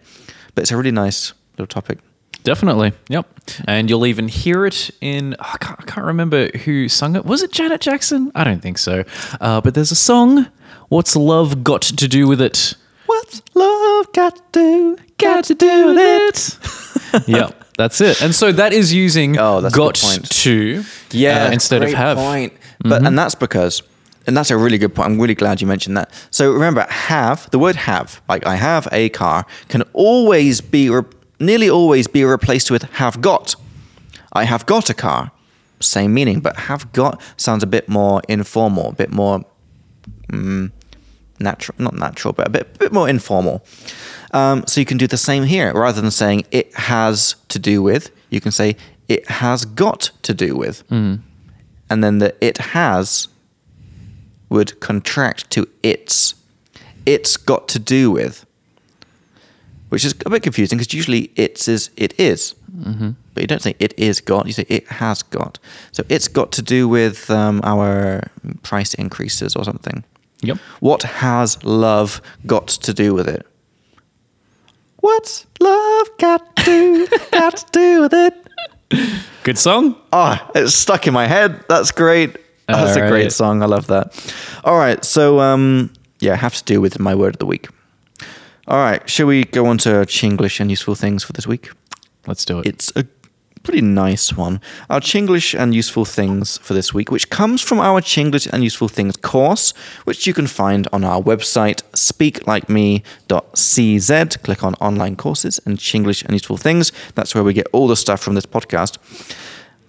A: But it's a really nice little topic.
B: Definitely. Yep. And you'll even hear it in, oh, I can't, I can't remember who sung it. Was it Janet Jackson? I don't think so. Uh, but there's a song, What's Love Got to Do with It?
A: What's love got to do? Got to do with it.
B: yep. That's it. And so that is using
A: Oh, that's a good
B: got
A: point.
B: to
A: Yeah,
B: uh, instead of
A: great
B: have. Mm-hmm.
A: Point. But and that's because, and that's a really good point. I'm really glad you mentioned that. So remember, have the word have, like I have a car, can always be re- nearly always be replaced with have got. I have got a car, same meaning, but have got sounds a bit more informal, a bit more mm, natural, not natural, but a bit, bit more informal. Um, so you can do the same here. Rather than saying it has to do with, you can say it has got to do with.
B: Mm.
A: And then the it has would contract to its. It's got to do with. Which is a bit confusing because usually it's is it is. But you don't say it is got, you say it has got. So it's got to do with um, our price increases or something.
B: Yep.
A: What has love got to do with it? What's love got do, got to do with it.
B: Good song.
A: Ah, it's stuck in my head. That's great. That's a great
B: Alright.
A: song. I love that. All right. So, um, yeah, have to do with my word of the week. All right. Shall we go on to Chinglish and useful things for this week?
B: Let's do it.
A: It's a pretty nice one. Our Chinglish and useful things for this week, which comes from our Chinglish and useful things course, which you can find on our website speaklikeme.cz. Click on online courses and Chinglish and useful things. That's where we get all the stuff from this podcast.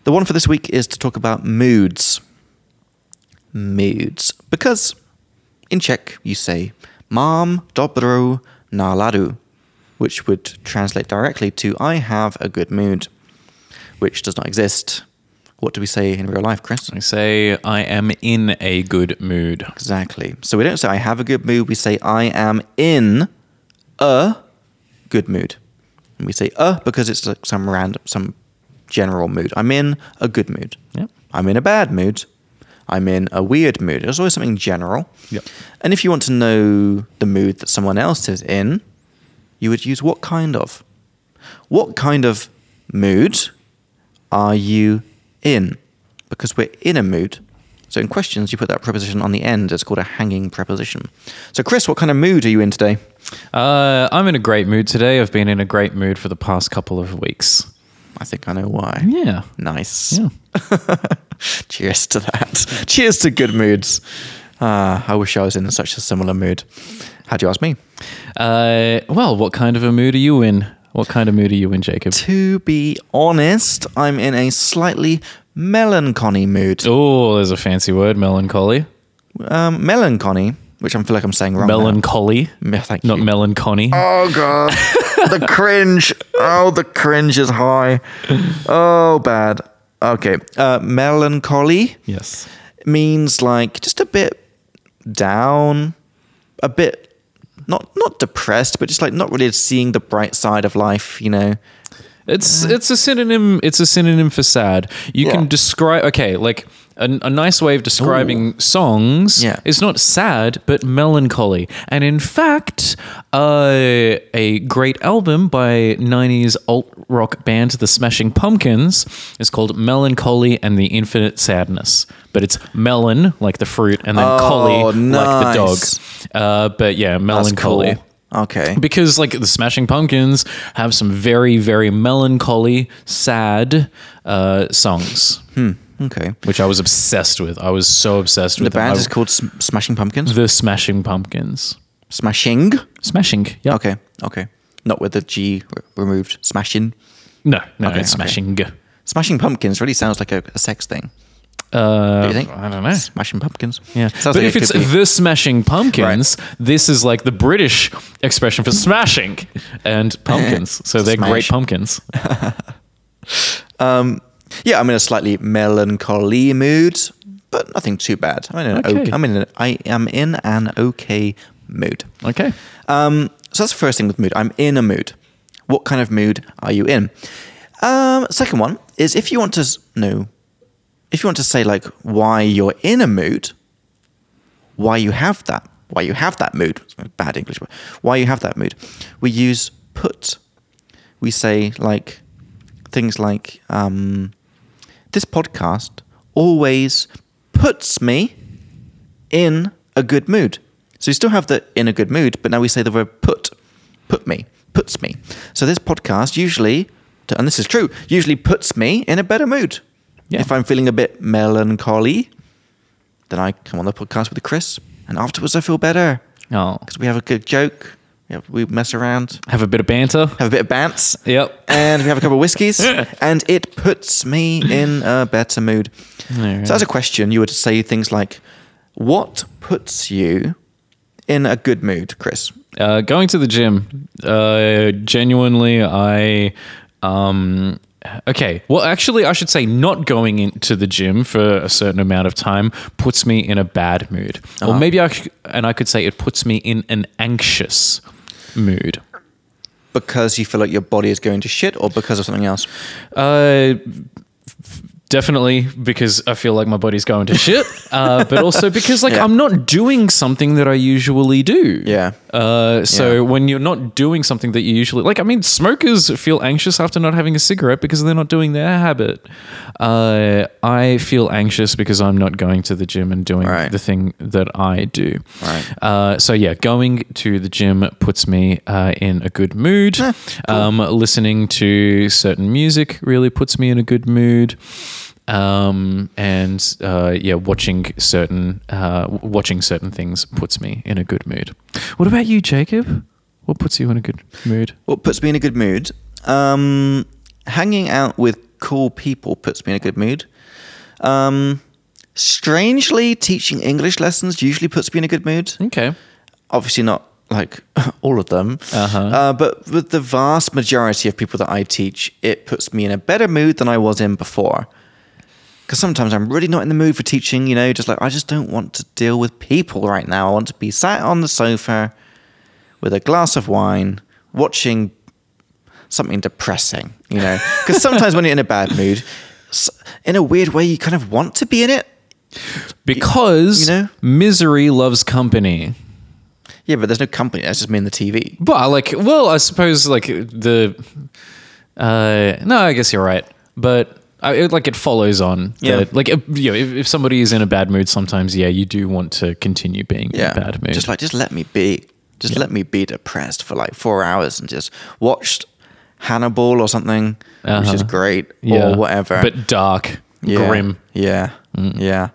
A: The one for this week is to talk about moods. Moods. Because in Czech, you say "mam dobro náladu," which would translate directly to "I have a good mood," which does not exist. What do we say in real life, Chris?
B: I say I am in a good mood.
A: Exactly. So we don't say "I have a good mood." We say "I am in a good mood," and we say "a" because it's like some random, some general mood. I'm in a good mood.
B: Yep.
A: I'm in a bad mood. I'm in a weird mood. There's always something general.
B: Yep.
A: And if you want to know the mood that someone else is in, you would use what kind of? What kind of mood are you in? Because we're in a mood. So in questions, you put that preposition on the end. It's called a hanging preposition. So, Chris, what kind of mood are you in today?
B: Uh, I'm in a great mood today. I've been in a great mood for the past couple of weeks.
A: I think I know why.
B: Yeah.
A: Nice.
B: Yeah.
A: Cheers to that. Cheers to good moods. Ah, I wish I was in such a similar mood. How'd you ask me?
B: Uh, well, what kind of a mood are you in? What kind of mood are you in, Jacob?
A: To be honest, I'm in a slightly melancholy mood.
B: Oh, there's a fancy word, melancholy.
A: Um, melancholy, which I feel like I'm saying wrong. now.
B: Melancholy,
A: Me- thank
B: not
A: you.
B: melancholy.
A: Oh god, the cringe! Oh, the cringe is high. Oh, bad. Okay, uh, melancholy
B: Yes.
A: means like just a bit down, a bit not not depressed, but just like not really seeing the bright side of life. You know,
B: It's it's a synonym. It's a synonym for sad. You
A: Yeah.
B: can describe. Okay, like a, a nice way of describing songs.
A: Yeah.
B: is not sad, but melancholy. And in fact, uh, a great album by '90s alt rock band The Smashing Pumpkins is called "Melancholy and the Infinite Sadness." But it's melon, like the fruit, and then collie,
A: Oh, nice.
B: like the dog. Uh, but yeah,
A: That's
B: melancholy
A: cool. Okay.
B: because like the Smashing Pumpkins have some very very melancholy, sad uh, songs,
A: Okay.
B: which I was obsessed with. I was so obsessed
A: The
B: with them.
A: band
B: I-
A: is called Sm- Smashing Pumpkins.
B: the Smashing Pumpkins.
A: Smashing.
B: Smashing, yeah.
A: Okay. Okay. Not with the G re- removed. Smashing.
B: No, no,
A: Okay,
B: it's
A: okay.
B: Smashing.
A: Smashing Pumpkins really sounds like a, a sex thing.
B: Uh,
A: Do you think?
B: I don't know.
A: Smashing Pumpkins.
B: Yeah,
A: Sounds
B: but
A: like
B: if
A: it
B: it's
A: could be.
B: the Smashing Pumpkins, this is like the British expression for smashing and pumpkins. So they're great
A: Smash.
B: pumpkins.
A: um, yeah, I'm in a slightly melancholy mood, but nothing too bad. I'm in an okay.
B: Okay.
A: I'm in an, I am in an okay mood.
B: Okay.
A: Um, so that's the first thing with mood. I'm in a mood. What kind of mood are you in? Um, second one is if you want to s- no, if you want to say like why you're in a mood, why you have that, why you have that mood. Bad English, but why you have that mood. We use put. We say like things like um, this podcast always puts me in a good mood. So you still have the in a good mood, but now we say the verb put, put me, puts me. So this podcast usually, and this is true, usually puts me in a better mood.
B: Yeah.
A: If I'm feeling a bit melancholy, then I come on the podcast with Chris, and afterwards I feel better
B: Oh,
A: because we have a good joke, we have- we mess around,
B: have a bit of banter.
A: have a bit of bants
B: Yep.
A: and we have a couple of whiskeys, and it puts me in a better mood.
B: Alright.
A: So, as a question, you would say things like, What puts you in a good mood, Chris?
B: Uh, going to the gym. Uh, genuinely, I. Um, okay. Well, actually, I should say not going into the gym for a certain amount of time puts me in a bad mood. Or maybe I. Sh- and I could say it puts me in an anxious mood.
A: Because you feel like your body is going to shit, or because of something else?
B: Uh, f- Definitely because I feel like my body's going to shit, uh, but also because like
A: Yeah.
B: I'm not doing something that I usually do.
A: Yeah.
B: Uh, so
A: Yeah.
B: when you're not doing something that you usually like, I mean, smokers feel anxious after not having a cigarette because they're not doing their habit. Uh, I feel anxious because I'm not going to the gym and doing
A: Right.
B: the thing that I do.
A: Right.
B: Uh, so yeah, going to the gym puts me uh, in a good mood. um, listening to certain music really puts me in a good mood. Um, and uh, yeah, watching certain uh, w- watching certain things puts me in a good mood. What about you, Jacob? What puts you in a good mood?
A: What puts me in a good mood? Um, hanging out with cool people puts me in a good mood. Um, strangely, teaching English lessons usually puts me in a good mood.
B: Okay.
A: Obviously, not like all of them,
B: Uh-huh.
A: Uh, but with the vast majority of people that I teach, it puts me in a better mood than I was in before. Because sometimes I'm really not in the mood for teaching, you know, just like I just don't want to deal with people right now. I want to be sat on the sofa with a glass of wine, watching something depressing, you know. Because sometimes when you're in a bad mood, s- in a weird way, you kind of want to be in it.
B: Because
A: you know?
B: misery loves company.
A: Yeah, but there's no company. That's just me and the TV.
B: But like, well, I suppose like the, uh, no, I guess you're right. But I, it, like, it follows on.
A: Yeah.
B: that, like, if, you know, if, if somebody is in a bad mood, sometimes yeah, you do want to continue being
A: Yeah,
B: in a bad mood.
A: just like just let me be, just let me be depressed for like four hours and just watch Hannibal or something, which is
B: Uh-huh.
A: great
B: yeah,
A: or whatever.
B: But dark,
A: yeah.
B: grim. Mm.
A: Yeah. Yeah.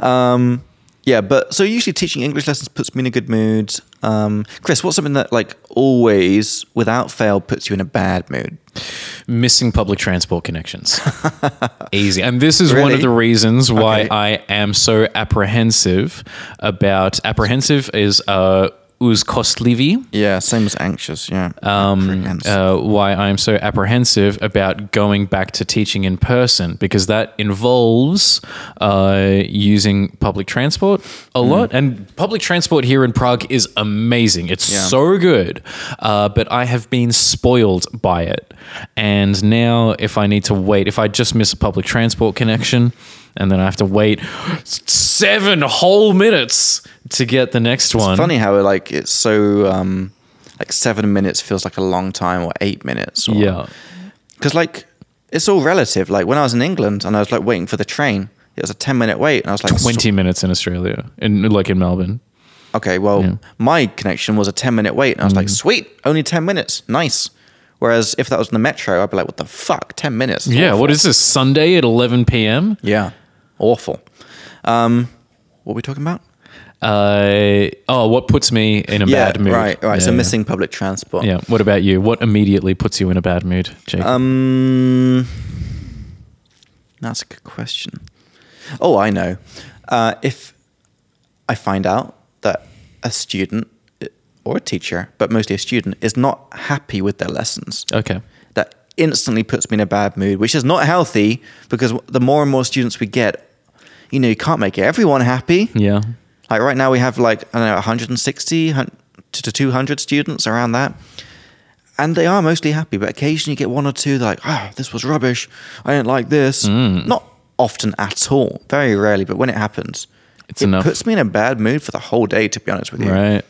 A: Um, yeah, but so usually teaching English lessons puts me in a good mood. Um, Chris, what's something that like always, without fail, puts you in a bad mood?
B: missing public transport connections. Easy. And this is one
A: Really?
B: of the reasons why
A: Okay.
B: I am so apprehensive about apprehensive is uh uzkostlivi.
A: Yeah, same as anxious. Yeah.
B: Um,
A: Apprehensive.
B: uh, why I'm so apprehensive about going back to teaching in person because that involves uh, using public transport a
A: Mm.
B: lot. And public transport here in Prague is amazing. It's
A: Yeah.
B: so good. Uh, but I have been spoiled by it. And now, if I need to wait, if I just miss a public transport connection, and then I have to wait seven whole minutes to get the next one.
A: Funny how like it's so um, like seven minutes feels like a long time, or eight minutes. Or,
B: Yeah.
A: because like it's all relative. Like when I was in England and I was like waiting for the train, it was a ten minute wait, and I was like so-
B: 20 minutes in Australia, in like in Melbourne.
A: okay, well my connection was a ten minute wait, and I was
B: Mm.
A: like sweet, only ten minutes, nice. Whereas if that was in the metro, I'd be like, what the fuck, ten minutes?
B: Yeah, what is this Sunday at 11 p.m.?
A: Yeah, awful. Um, what are we talking about?
B: Uh, oh, what puts me in a
A: yeah,
B: bad mood?
A: right, right.
B: Yeah,
A: so
B: yeah.
A: missing public transport.
B: Yeah. What about you? What immediately puts you in a bad mood, Jake?
A: Um, that's a good question. Oh, I know. Uh, if I find out that a student uh, or a teacher, but mostly a student, is not happy with their lessons,
B: okay.
A: that instantly puts me in a bad mood, which is not healthy because the more and more students we get, you know, you can't make everyone happy.
B: Yeah.
A: Like right now, we have like I don't know, 160 hun- to to 200 students around that, and they are mostly happy. But occasionally, you get one or two like, "Oh, this was rubbish. I don't like this."
B: Mm.
A: Not often at all. Very rarely, but when it happens,
B: It's
A: it
B: enough.
A: puts me in a bad mood for the whole day. To be honest with you,
B: Right.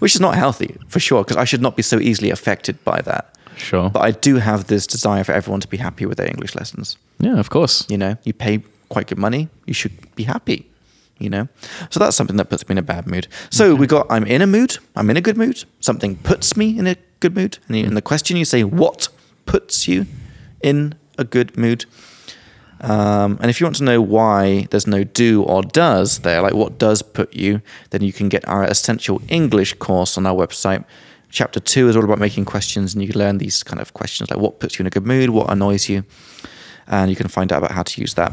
A: which is not healthy for sure, because I should not be so easily affected by that.
B: Sure.
A: But I do have this desire for everyone to be happy with their English lessons
B: yeah, of course.
A: you know you pay quite good money you should be happy you know so that's something that puts me in a bad mood so we got i'm in a mood i'm in a good mood something puts me in a good mood and in the question you say what puts you in a good mood um, and if you want to know why there's no do or does there like what does put you then you can get our essential english course on our website chapter 2 is all about making questions and you can learn these kind of questions like what puts you in a good mood what annoys you and you can find out about how to use that.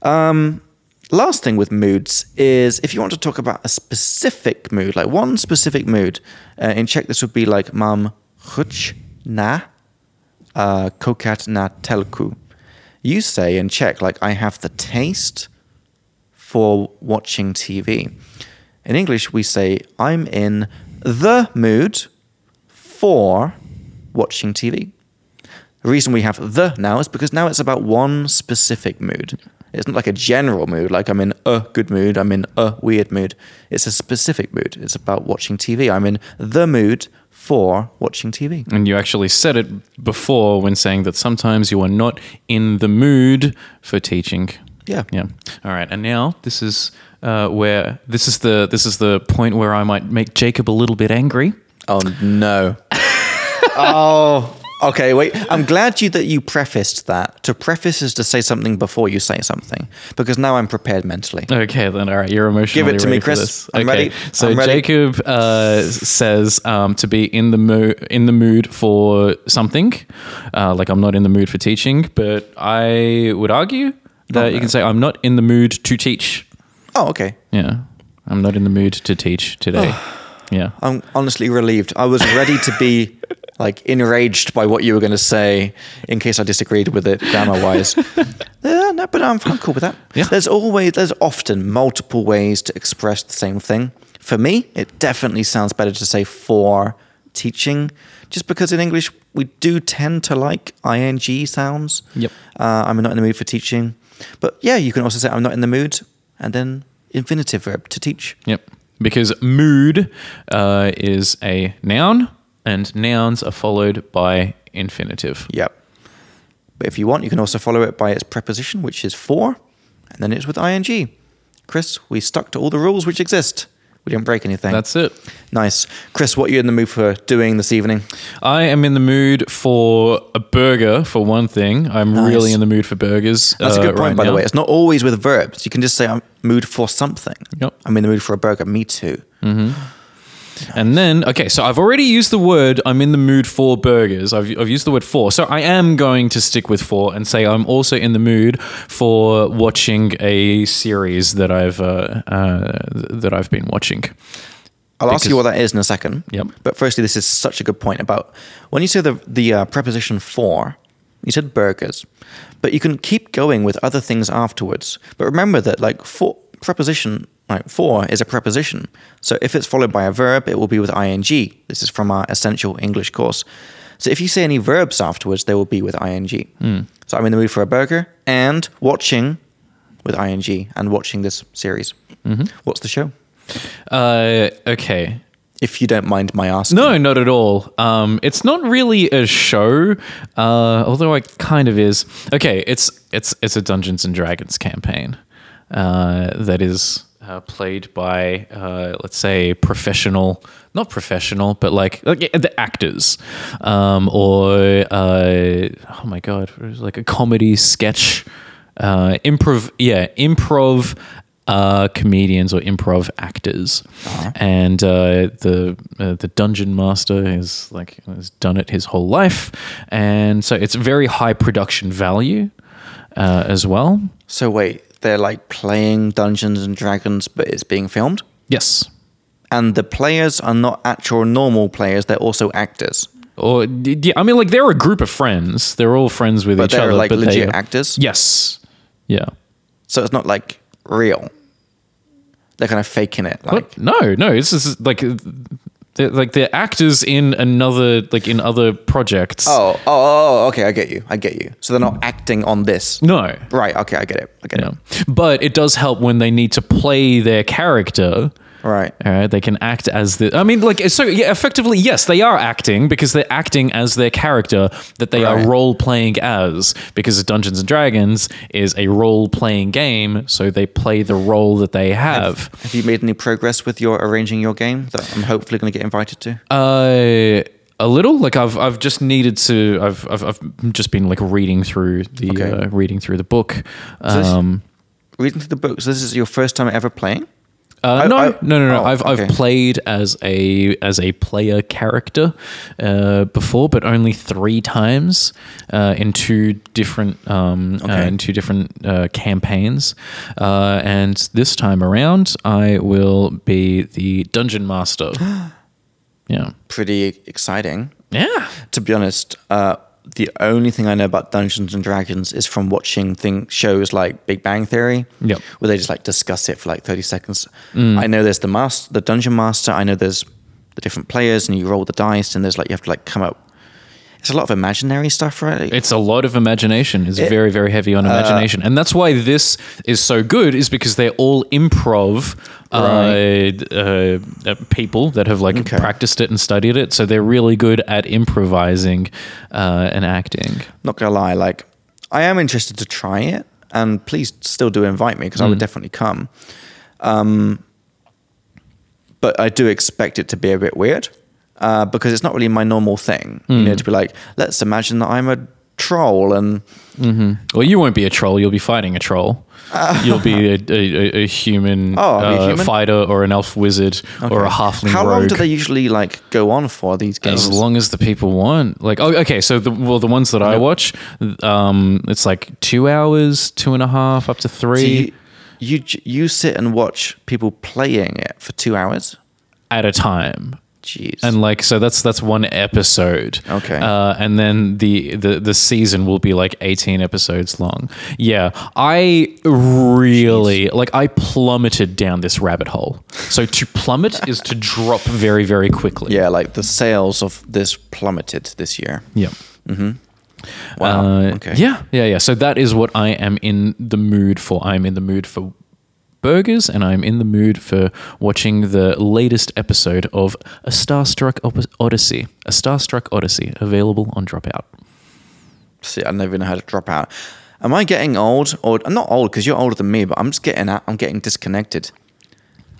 A: Um, last thing with moods is if you want to talk about a specific mood, like one specific mood, uh, in Czech this would be like mam chuť na uh, kokat na telku. You say in Czech like I have the taste for watching TV. In English we say I'm in the mood for watching TV. The reason we have the now is because now it's about one specific mood. It's not like a general mood, like I'm in a good mood, I'm in a weird mood. It's a specific mood. It's about watching TV. I'm in the mood for watching TV.
B: And you actually said it before when saying that sometimes you are not in the mood for teaching.
A: Yeah.
B: Yeah. All right. And now this is uh, where this is the this is the point where I might make Jacob a little bit angry.
A: Oh no. oh. Okay, wait. I'm glad you that you prefaced that. To preface is to say something before you say something because now I'm prepared mentally.
B: Okay, then all right. You're emotionally
A: Give it to
B: ready
A: me,
B: for
A: Chris.
B: this.
A: I'm
B: okay.
A: ready.
B: So
A: I'm ready.
B: Jacob uh, s- says um, to be in the mo- in the mood for something. Uh, like I'm not in the mood for teaching, but I would argue that you can say I'm not in the mood to teach.
A: Oh, okay.
B: Yeah, I'm not in the mood to teach today. yeah.
A: I'm honestly relieved. I was ready to be like enraged by what you were going to say in case I disagreed with it grammar wise. yeah, no, but I'm, I'm cool with that.
B: Yeah.
A: There's always, there's often multiple ways to express the same thing. For me, it definitely sounds better to say for teaching, just because in English we do tend to like ing sounds.
B: Yep.
A: Uh, I'm not in the mood for teaching. But yeah, you can also say I'm not in the mood and then infinitive verb to teach.
B: Yep. Because mood uh, is a noun, and nouns are followed by infinitive.
A: Yep. But if you want, you can also follow it by its preposition, which is for, and then it's with ing. Chris, we stuck to all the rules which exist. We didn't break anything.
B: That's it.
A: nice. Chris, what are you in the mood for doing this evening?
B: I am in the mood for a burger, for one thing. I'm
A: Nice.
B: really in the mood for burgers.
A: That's a
B: uh,
A: good point,
B: right
A: by the
B: now.
A: way. It's not always with verbs. You can just say I'm mood for something.
B: Yep.
A: I'm in the mood for a burger. Me too.
B: And then, okay, so I've already used the word I'm in the mood for burgers. I've, I've used the word for. So I am going to stick with for and say I'm also in the mood for watching a series that I've, uh, uh, that I've been watching.
A: I'll ask you
B: Because-
A: what that is in a second.
B: Yep.
A: But firstly, this is such a good point about when you say the the uh, preposition for. You said burgers, but you can keep going with other things afterwards. But remember that like for preposition like for is a preposition. So if it's followed by a verb, it will be with ing. This is from our essential English course. So if you say any verbs afterwards, they will be with ing.
B: Hmm.
A: So I'm in the mood for a burger and watching with ing and watching this series.
B: Mm-hmm.
A: What's the show?
B: Uh, okay.
A: If you don't mind my asking.
B: No, not at all. Um, it's not really a show, uh, although it kind of is. Okay, it's it's it's a Dungeons and Dragons campaign uh, that is uh, played by uh, let's say professional, not professional, but like, like yeah, the actors, um, or uh, oh my god, it was like a comedy sketch, uh, improv, yeah, improv uh, comedians or improv actors,
A: Uh-huh.
B: and uh, the uh, the dungeon master is like has done it his whole life, and so it's very high production value uh, as well.
A: So wait, they're like playing Dungeons and Dragons, but it's being filmed,
B: Yes,
A: and the players are not actual normal players; they're also actors.
B: or yeah, I mean, like they're a group of friends. They're all friends with
A: But
B: each
A: they're,
B: other,
A: like,
B: but
A: legit
B: they are-
A: actors?
B: Yes, yeah.
A: So it's not like real. They're kind of faking it. Like
B: What? No, no. This is like. They're, like they're actors in another, like in other projects.
A: oh, oh, oh, oh, okay, I get you, I get you. So they're not acting on this,
B: no,
A: right? Okay, I get it, I get
B: Yeah. But it does help when they need to play their character.
A: it. Right.
B: All right, they can act as the. I mean, like, so yeah, effectively, yes, they are acting because they're acting as their character that they
A: Right.
B: are role playing as. Because Dungeons and Dragons is a role playing game, so they play the role that they have.
A: Have you made any progress with your arranging your game that I'm hopefully going to get invited to?
B: Uh, a little like I've I've just needed to I've I've, I've just been like reading through the
A: Okay.
B: uh, reading through the book.
A: this-
B: Um,
A: Reading through the books, this is your first time ever playing.
B: Uh,
A: I-
B: no,
A: I-
B: no, no, no,
A: oh,
B: I've I've
A: okay.
B: played as a as a player character uh, before, but only three times uh, in two different um, uh,
A: Okay.
B: in two different uh, campaigns. Uh, and this time around, I will be the dungeon master. yeah,
A: Pretty exciting.
B: yeah.
A: to be honest, uh, the only thing I know about Dungeons and Dragons is from watching thing shows like Big Bang Theory,
B: Yep.
A: where they just like discuss it for like thirty seconds. I know there's the master, the dungeon master. I know there's the different players, and you roll the dice, and there's like you have to like come up. it's a lot of imaginary stuff, right?
B: It's a lot of imagination. It's very, very heavy
A: Uh,
B: on imagination, and that's why this is so good. Is because they're all improv uh, uh, uh, people that have like practiced it and studied it, so they're really good at improvising uh, and acting.
A: not gonna lie, like I am interested to try it, and please still do invite me because I would
B: Mm.
A: definitely come. Um, but I do expect it to be a bit weird uh, because it's not really my normal thing, you
B: Mm.
A: know, to be like, let's imagine that I'm a troll and
B: Well, you won't be a troll. You'll be fighting a troll. You'll be a, a, a, a human,
A: Uh. Oh, I'll be a
B: uh,
A: human?
B: fighter or an elf wizard or a halfling
A: how
B: rogue.
A: long do they usually like go on for these games?
B: as long as the people want. Like, oh, okay. So, the, well, the ones that I watch, um, it's like two hours, two and a half, up to
A: So
B: three
A: you, you j- you sit and watch people playing it for two hours.
B: at a time.
A: Jeez.
B: And like, so that's that's one episode.
A: Okay.
B: Uh, and then the, the the season will be like eighteen episodes long. Yeah, I really like. I plummeted down this rabbit hole. So to plummet is to drop very very quickly.
A: yeah, like the sales of this plummeted this year.
B: Yeah.
A: Wow.
B: Uh,
A: Oh, okay.
B: Yeah, yeah, yeah. So that is what I am in the mood for. I'm in the mood for burgers, and I'm in the mood for watching the latest episode of A Starstruck Op- Odyssey. A Starstruck Odyssey, available on Dropout.
A: See, I never even know how to drop out. Am I getting old, or I'm not old because you're older than me? But I'm just getting out. I'm getting disconnected.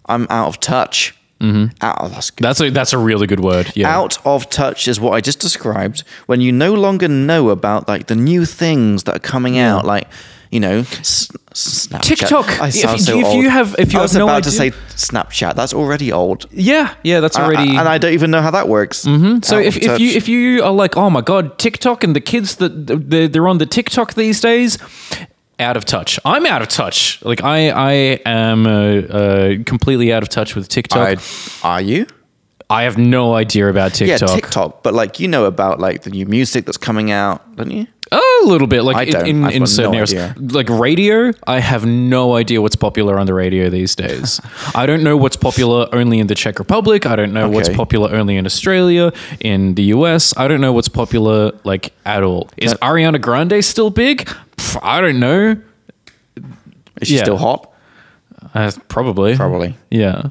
A: I'm out of touch. Mm-hmm. Out of that's good.
B: That's a that's a really good word. Yeah.
A: out of touch is what I just described. When you no longer know about like the new things that are coming out, like you know, s- s- Snapchat.
B: TikTok.
A: I
B: If-
A: sound so
B: if
A: old.
B: you have- if you
A: I
B: have
A: was
B: no
A: about to say
B: idea-
A: Snapchat. That's already old.
B: Yeah, yeah. That's
A: I- I-
B: already.
A: Uh, and I don't even know how that works. Mm-hmm.
B: so if, if you if you are like, oh my god, TikTok and the kids that they're, they're on the TikTok these days, out of touch. I'm out of touch. Like I I am uh, uh, completely out of touch with TikTok.
A: are you?
B: I have no idea about
A: Yeah,
B: TikTok.
A: TikTok. But like you know about like the new music that's coming out, don't you?
B: a little bit, like
A: I
B: in-
A: don't.
B: in,
A: I've
B: in
A: got
B: certain
A: no
B: areas.
A: idea.
B: Like radio, I have no idea what's popular on the radio these days. I don't know what's popular only in the Czech Republic. I don't know what's
A: Okay.
B: popular only in Australia, in the US. I don't know what's popular like at all. Is Ariana Grande still big? Pff, I don't know.
A: Is she
B: Yeah.
A: still hot?
B: Uh, probably.
A: Probably.
B: Yeah.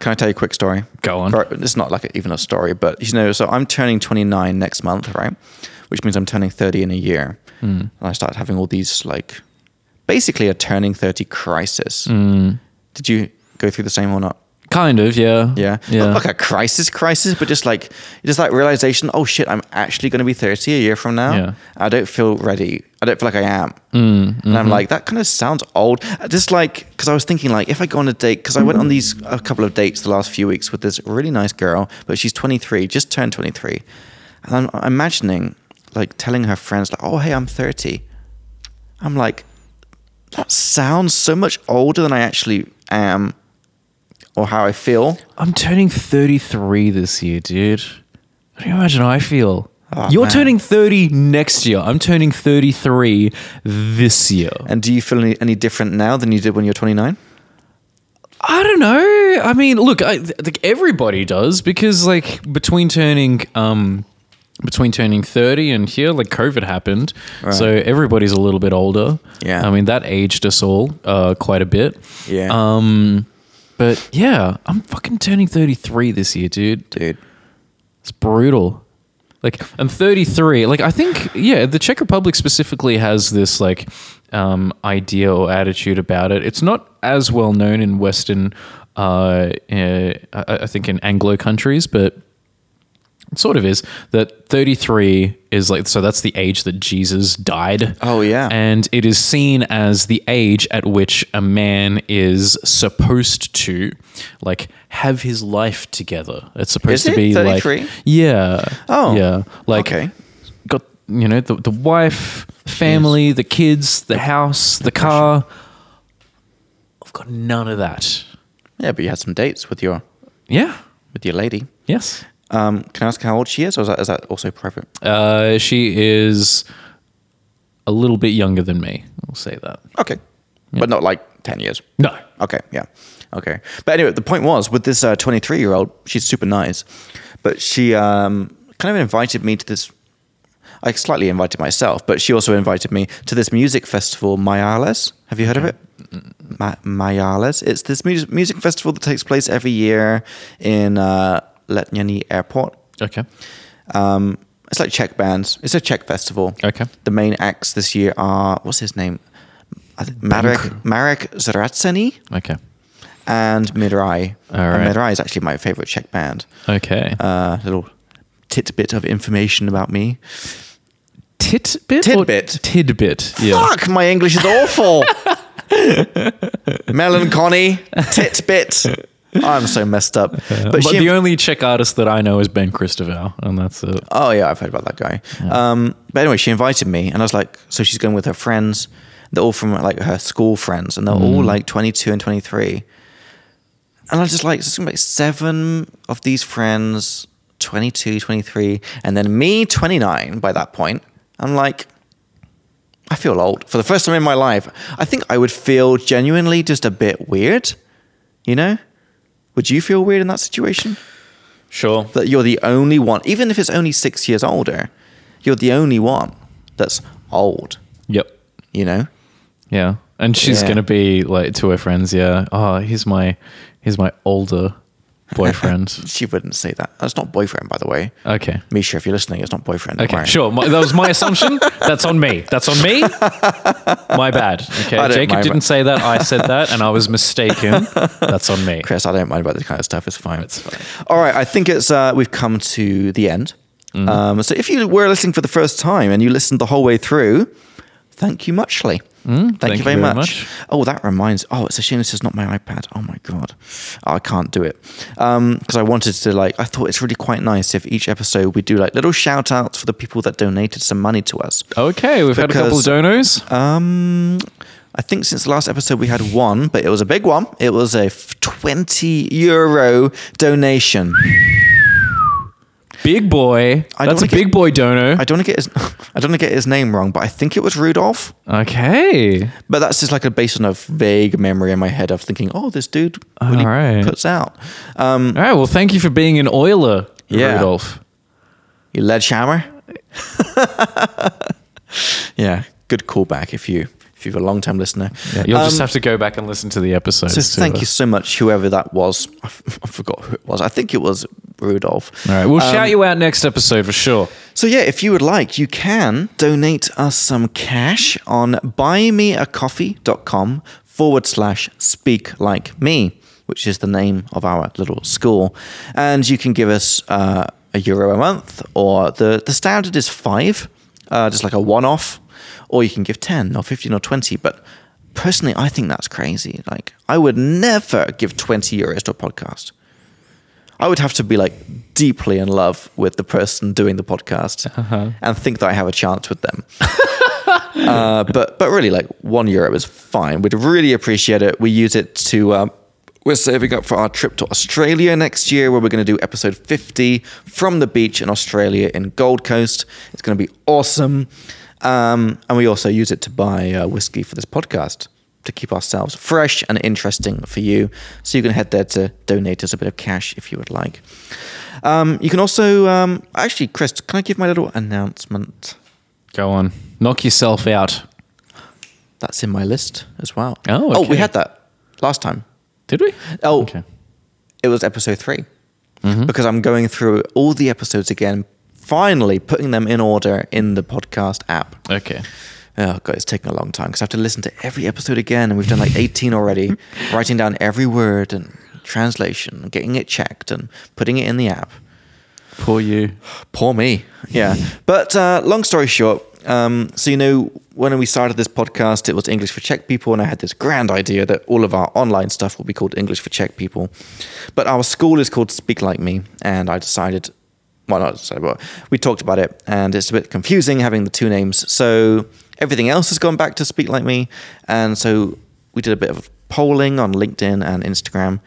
A: Can I tell you a quick story?
B: Go on.
A: Or- It's not like a, even a story, but you know, so I'm turning 29 next month, right? Which means I'm turning 30 in a year.
B: Hmm.
A: And I started having all these like basically a turning 30 crisis.
B: Hmm.
A: Did you go through the same or not?
B: Kind of. Yeah.
A: Yeah.
B: Yeah.
A: Not like a crisis crisis, but just like just that realization, oh shit, I'm actually going to be 30 a year from now.
B: Yeah. Mm,
A: I don't feel ready. I don't feel like I am. And
B: mm-hmm.
A: I'm like, that kind of sounds old. Uh, Just like, because I was thinking, like, if I go on a date, because I went
B: Mm-hmm.
A: on these a couple of dates the last few weeks with this really nice girl, but she's 23, just turned 23. And I'm imagining, like, telling her friends, like, oh, hey, I'm 30. I'm like, that sounds so much older than I actually am or how I feel.
B: I'm turning 33 this year, dude. What do you imagine I feel?
A: Oh,
B: You're
A: man.
B: turning 30 next year. I'm turning 33 this year.
A: And do you feel any, any different now than you did when you were 29?
B: I don't know. I mean, look, I, th- like everybody does because like between turning um between turning 30 and here like covid happened. So everybody's a little bit older.
A: Yeah.
B: I mean, that aged us all uh quite a bit.
A: Yeah.
B: Um but yeah, I'm fucking turning 33 this year, dude.
A: Dude.
B: It's brutal. Like I'm 33. Like I think yeah, the Czech Republic specifically has this like um, idea or attitude about it. It's not as well known in Western, uh, uh, I, I think in Anglo countries, but it sort of is that 33 is like so that's the age that Jesus died.
A: Oh, yeah.
B: And it is seen as the age at which a man is supposed to like have his life together. It's supposed
A: Is
B: to
A: it?
B: be like
A: 33?
B: yeah.
A: Oh,
B: Yeah. Like
A: okay.
B: got you know the the wife, family, the kids, the house, the car. I've got none of that.
A: Yeah, but you had some dates with your
B: Yeah.
A: with your lady.
B: Yes.
A: Um, can I ask how old she is, or is that, is that also private?
B: Uh, she is a little bit younger than me. I'll say that.
A: Okay, but not like 10 years.
B: No.
A: Okay, yeah, okay. But anyway, the point was with this uh, 23 year old, she's super nice, but she um, kind of invited me to this I slightly invited myself, but she also invited me to this music festival, Mayales. Have you heard of it? Ma- Mayales. It's this music, music festival that takes place every year in uh, Letniany Airport.
B: Okay.
A: Um, it's like Czech bands. It's a Czech festival.
B: Okay.
A: The main acts this year are what's his name? I think Marek Marek Zraceni
B: Okay.
A: and Mirai.
B: All
A: And
B: right.
A: Mirai is actually my favorite Czech band.
B: Okay.
A: Uh, little tidbit of information about me.
B: titbit. or
A: tidbit.
B: Tidbit. Yeah.
A: Fuck, my English is awful. Melancholy, titbit. I'm so messed up.
B: Uh,
A: But,
B: But,
A: she
B: the only Czech artist that I know is Ben Christopher, and that's it.
A: Oh yeah, I've heard about that guy. Um, but anyway, she invited me, and I was like, so she's going with her friends. They're all from like her school friends, and they're all like 22 and 23. And I was just like, so it's gonna be like seven of these friends, 22, 23, and then me, 29 by that point. I'm like, I feel old for the first time in my life. I think I would feel genuinely just a bit weird, you know? Would you feel weird in that situation?
B: Sure.
A: that you're the only one, even if it's only six years older, you're the only one that's old,
B: Yep.
A: you know?
B: Yeah. And she's
A: Yeah.
B: gonna be like to her friends, yeah. Oh, he's my he's my older boyfriend.
A: She wouldn't say that. That's not boyfriend, by the way.
B: okay.
A: Misha, if you're listening, it's not boyfriend. don't
B: Uh, Okay,
A: worry.
B: sure. My, that was my assumption. That's on me. That's on me. My bad. Okay,
A: I don't
B: Jacob
A: mind.
B: didn't say that. I said that, and I was mistaken. That's on me.
A: Chris, I don't mind about this kind of stuff. It's fine.
B: It's fine.
A: All right, I think it's uh, we've come to the end. Um, so if you were listening for the first time and you listened the whole way through, thank you muchly. Mm, thank, you very, much. Oh, that reminds. Oh, it's a shame this is not my iPad. Oh my god, oh, I can't do it because I wanted to like. I thought it's really quite nice if each episode we do like little shout outs for the people that donated some money to us.
B: Okay, we've had a couple
A: Because-
B: of donors.
A: Um, I think since the last episode we had one, but it was a big one. It was a f- 20 euro donation.
B: Big boy.
A: I
B: That's a
A: don't
B: big
A: get-
B: boy donor.
A: I don't want to get his I don't want to get his name wrong, but I think it was Rudolph.
B: okay.
A: But that's just like a based on a vague memory in my head of thinking, oh, this dude
B: All
A: really
B: right.
A: puts out. Um,
B: All right. Well, thank you for being an oiler,
A: Yeah.
B: Rudolph.
A: you Ledgehammer. yeah, good callback if you if you're a long time listener.
B: Yeah, you'll
A: Um,
B: just have to go back and listen to the episodes.
A: So
B: to,
A: thank
B: uh,
A: you so much, whoever that was. I, f- I forgot who it was. I think it was Rudolph.
B: All right, we'll
A: Um,
B: shout you out next episode for sure.
A: So yeah, if you would like, you can donate us some cash on buymeacoffee.com forward slash speak like me, which is the name of our little school. And you can give us uh, a euro a month or the, the standard is five, uh, just like a one-off, or you can give 10 or 15 or 20. But personally, I think that's crazy. Like I would never give 20 euros to a podcast. I would have to be like deeply in love with the person doing the podcast and think that I have a chance with them. uh, but but really, like one euro is fine. We'd really appreciate it. We use it to. Um, we're saving up for our trip to Australia next year, where we're going to do episode 50 from the beach in Australia in Gold Coast. It's going to be awesome. Um, and we also use it to buy uh, whiskey for this podcast to keep ourselves fresh and interesting for you. So you can head there to donate us a bit of cash if you would like. Um, you can also, um, actually, Chris, can I give my little announcement?
B: Go on, knock yourself out.
A: That's in my list as well.
B: Oh,
A: oh, we
B: okay.
A: had that last time.
B: Did we?
A: Oh,
B: okay.
A: it was episode 3
B: Mm-hmm.
A: because I'm going through all the episodes again, finally putting them in order in the podcast app.
B: Okay.
A: Oh god, it's taking a long time because I have to listen to every episode again, and we've done like eighteen already. writing down every word and translation, and getting it checked, and putting it in the app.
B: Poor you.
A: Poor me. Yeah, but uh, long story short, um, so you know when we started this podcast, it was English for Czech people, and I had this grand idea that all of our online stuff will be called English for Czech people, but our school is called Speak Like Me, and I decided. Well, not decided, but we talked about it, and it's a bit confusing having the two names. So everything else has gone back to Speak Like Me. And so we did a bit of polling on LinkedIn and Instagram.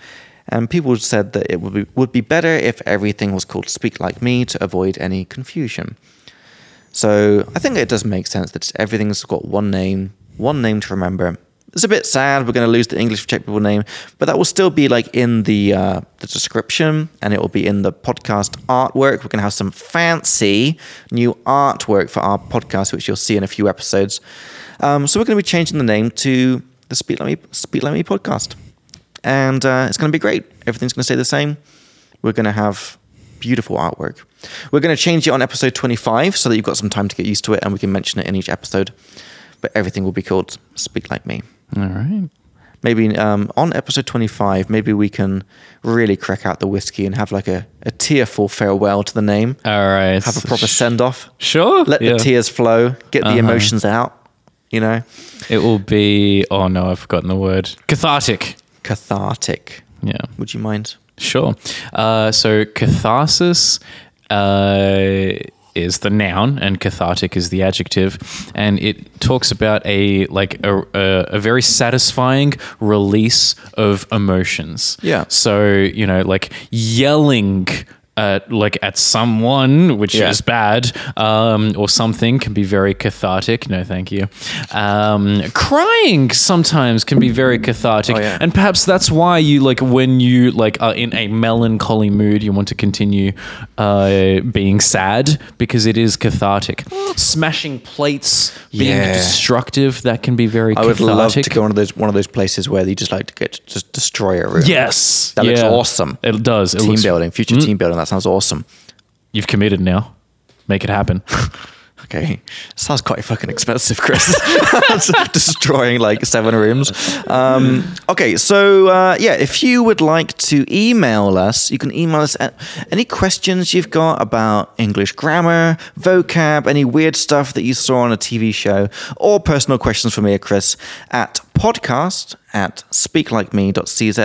A: And people said that it would be, would be better if everything was called Speak Like Me to avoid any confusion. So I think it does make sense that everything's got one name, one name to remember, it's a bit sad we're going to lose the English for Czech people name, but that will still be like in the uh, the description and it will be in the podcast artwork. We're going to have some fancy new artwork for our podcast, which you'll see in a few episodes. Um, so we're going to be changing the name to the Speak Like Me, Speak like Me podcast, and uh, it's going to be great. Everything's going to stay the same. We're going to have beautiful artwork. We're going to change it on episode 25 so that you've got some time to get used to it and we can mention it in each episode. But everything will be called Speak Like Me.
B: All right.
A: Maybe um, on episode 25, maybe we can really crack out the whiskey and have like a, a tearful farewell to the name,
B: All right.
A: have a proper send off,
B: Sure.
A: let
B: Yeah.
A: the tears flow, get the
B: Uh-huh.
A: emotions out, you know?
B: It will be. Oh no, I've forgotten the word. Cathartic.
A: Cathartic.
B: Yeah.
A: Would you mind?
B: Sure. Uh, so catharsis uh, is the noun, and cathartic is the adjective, and it talks about a like a, a, a very satisfying release of emotions.
A: Yeah.
B: So you know, like yelling. At, like at someone, which
A: Yeah.
B: is bad, um, or something can be very cathartic. No, thank you. Um, crying sometimes can be very cathartic,
A: Oh, yeah.
B: and perhaps that's why you like when you like are in a melancholy mood you want to continue uh, being sad because it is cathartic smashing plates being
A: Yeah.
B: destructive that can be very
A: I would
B: cathartic
A: love to go one of those one of those places where you just like to get just destroy a room.
B: yes
A: That looks
B: Yeah.
A: awesome.
B: it does it
A: team
B: looks, Mm.
A: building, future team building. That sounds awesome.
B: you've committed now make it happen
A: Okay, sounds quite fucking expensive, Chris. Destroying like seven rooms. Um, okay, so uh, yeah, if you would like to email us, you can email us at any questions you've got about English grammar, vocab, any weird stuff that you saw on a TV show, or personal questions for me or Chris at podcast at speaklikeme.cz.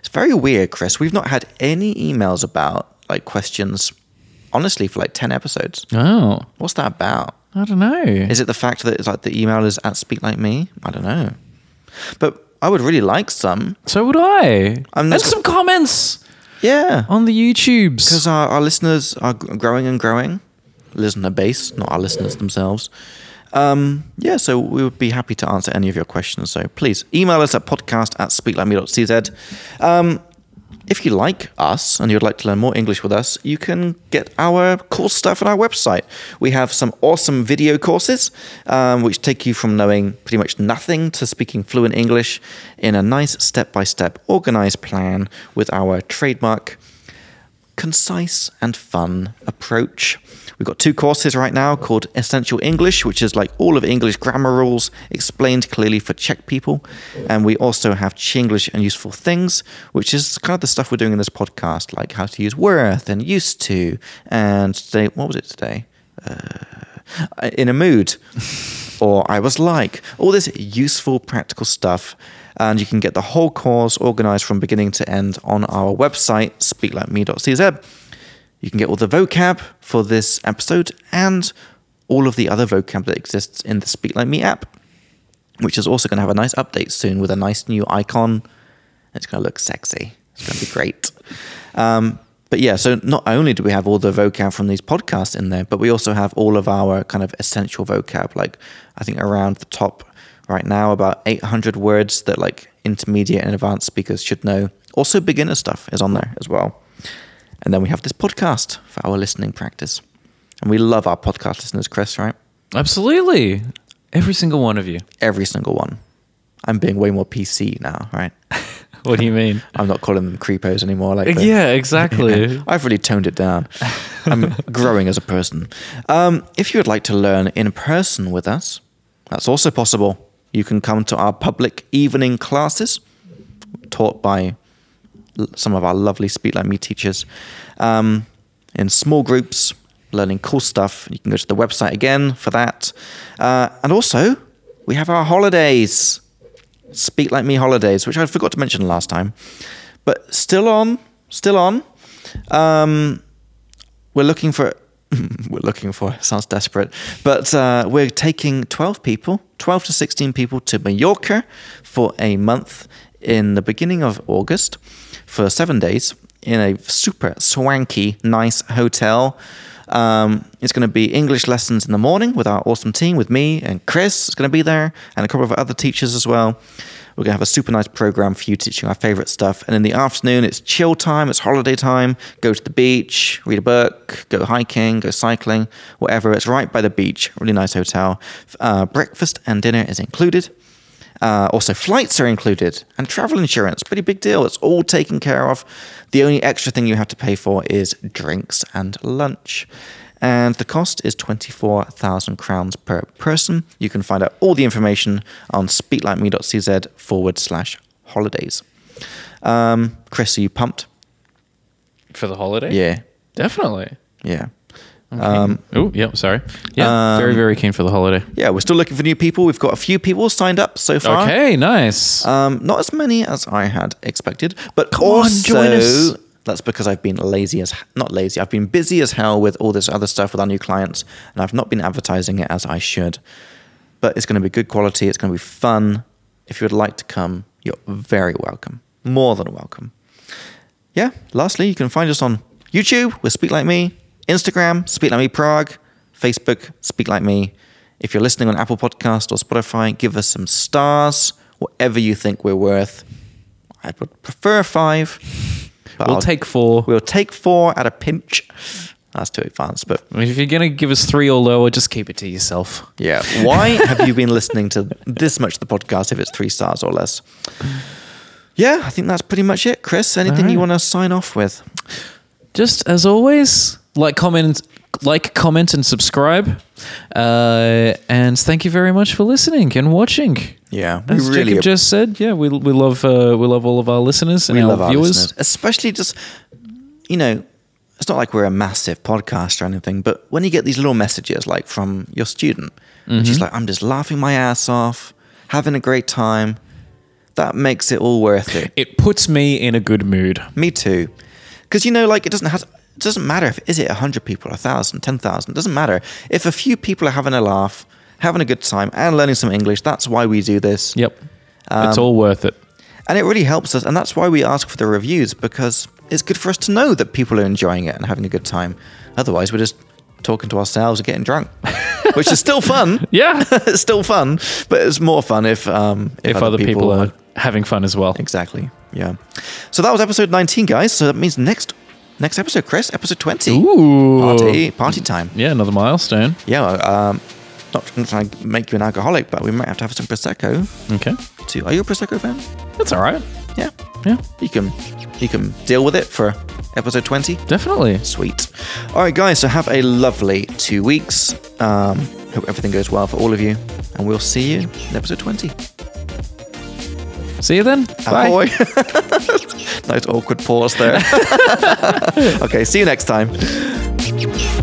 A: It's very weird, Chris. We've not had any emails about like questions, honestly, for like 10 episodes.
B: oh
A: What's that about?
B: i don't know
A: Is it the fact that it's like the email is at speak like me? I don't know. But I would really like some.
B: so would i
A: Um,
B: and
A: that's-
B: some comments
A: Yeah.
B: on the youtubes
A: Because our, our listeners are g- growing and growing. Listener base, not our listeners themselves. Um, yeah, so we would be happy to answer any of your questions. So please email us at podcast at speaklikeme.cz. Um, if you like us and you'd like to learn more English with us, you can get our course stuff on our website. We have some awesome video courses, um, which take you from knowing pretty much nothing to speaking fluent English in a nice step by step, organized plan with our trademark concise and fun approach. We've got two courses right now called Essential English, which is like all of English grammar rules explained clearly for Czech people. And we also have Chinglish and Useful Things, which is kind of the stuff we're doing in this podcast, like how to use worth and used to. And today, what was it today? Uh, in a mood, or I was like, all this useful, practical stuff. And you can get the whole course organized from beginning to end on our website, speaklikeme.cz. You can get all the vocab for this episode and all of the other vocab that exists in the Speak Like Me app, which is also going to have a nice update soon with a nice new icon. It's going to look sexy. It's going to be great. Um, but yeah, so not only do we have all the vocab from these podcasts in there, but we also have all of our kind of essential vocab. Like I think around the top right now, about 800 words that like intermediate and advanced speakers should know. Also, beginner stuff is on there as well. And then we have this podcast for our listening practice. And we love our podcast listeners, Chris, right?
B: absolutely every single one of you
A: Every single one. I'm being way more PC now, right?
B: what do you mean
A: I'm not calling them creepos anymore. Like the-
B: yeah exactly
A: I've really toned it down. I'm growing as a person. Um, if you would like to learn in person with us, that's also possible. You can come to our public evening classes taught by l- some of our lovely Speak Like Me teachers um, in small groups, learning cool stuff. You can go to the website again for that. Uh, and also, we have our holidays. Speak Like Me Holidays, which I forgot to mention last time, but still on, still on. Um, we're looking for, we're looking for, sounds desperate, but uh, we're taking 12 people, 12 to 16 people to Mallorca for a month in the beginning of August for seven days in a super swanky, nice hotel. Um, it's going to be English lessons in the morning with our awesome team, with me and Chris is going to be there, and a couple of other teachers as well. We're going to have a super nice program for you teaching our favorite stuff. And in the afternoon, it's chill time, it's holiday time. Go to the beach, read a book, go hiking, go cycling, whatever. It's right by the beach, really nice hotel. Uh, breakfast and dinner is included. Uh, also, flights are included and travel insurance. Pretty big deal. It's all taken care of. The only extra thing you have to pay for is drinks and lunch. And the cost is 24,000 crowns per person. You can find out all the information on speaklikeme.cz forward slash holidays. Um, Chris, are you pumped?
B: for the holiday.
A: Yeah.
B: definitely.
A: Yeah. Um,
B: Oh, yeah. Sorry. Yeah, very very keen for the holiday.
A: yeah, we're still looking for new people. We've got a few people signed up so far.
B: Okay, nice.
A: Um, not as many as I had expected, but
B: on,
A: also
B: join us.
A: that's because I've been lazy as not lazy. I've been busy as hell with all this other stuff with our new clients, and I've not been advertising it as I should. But it's going to be good quality. It's going to be fun. If you would like to come, you're very welcome. More than welcome. Yeah. Lastly, you can find us on YouTube with Speak Like Me, Instagram Speak Like Me Prague, Facebook Speak Like Me. If you're listening on Apple Podcast or Spotify, give us some stars, whatever you think we're worth. I would prefer five. But
B: we'll
A: I'll-
B: take four.
A: We'll take four at a pinch. That's too advanced, but
B: I mean, if you're gonna give us three or lower, just keep it to yourself.
A: yeah. Why have you been listening to this much of the podcast if it's three stars or less? Yeah, I think that's pretty much it. Chris, anything you
B: right.
A: want to sign off with?
B: just as always, like comment, like comment and subscribe. Uh, and thank you very much for listening and watching.
A: Yeah, we
B: As
A: really
B: Jacob just said, yeah, we, we love uh, we love all of our listeners and
A: we
B: our
A: love our
B: viewers.
A: listeners, especially just you know, it's not like we're a massive podcast or anything, but when you get these little messages like from your student, and she's like, "I'm just laughing my ass off, having a great time," that makes it all worth it.
B: It puts me in a good mood.
A: Me too, because you know, like it doesn't have. It doesn't matter if is it hundred people, thousand, ten thousand. It doesn't matter if a few people are having a laugh, having a good time, and learning some English. That's why we do this.
B: Yep,
A: Um,
B: it's all worth it.
A: And it really helps us. And that's why we ask for the reviews because it's good for us to know that people are enjoying it and having a good time. Otherwise, we're just talking to ourselves and getting drunk, which is still fun.
B: Yeah, if,
A: it's still fun, but it's more fun if um, if,
B: other people, are having fun as well.
A: exactly yeah. So that was episode 19, guys. So that means next next episode, Chris, episode 20.
B: Ooh.
A: party party time.
B: Yeah, another milestone.
A: Yeah, um, not, not trying to make you an alcoholic, but we might have to have some prosecco
B: Okay,
A: too. Are you a prosecco fan?
B: that's all right.
A: Yeah.
B: Yeah,
A: you can you can deal with it for episode 20
B: definitely.
A: sweet all right guys so have a lovely two weeks um hope everything goes well for all of you and we'll see you in episode 20
B: See you then.
A: Ahoy. nice awkward pause there okay see you next time
C: Thank you.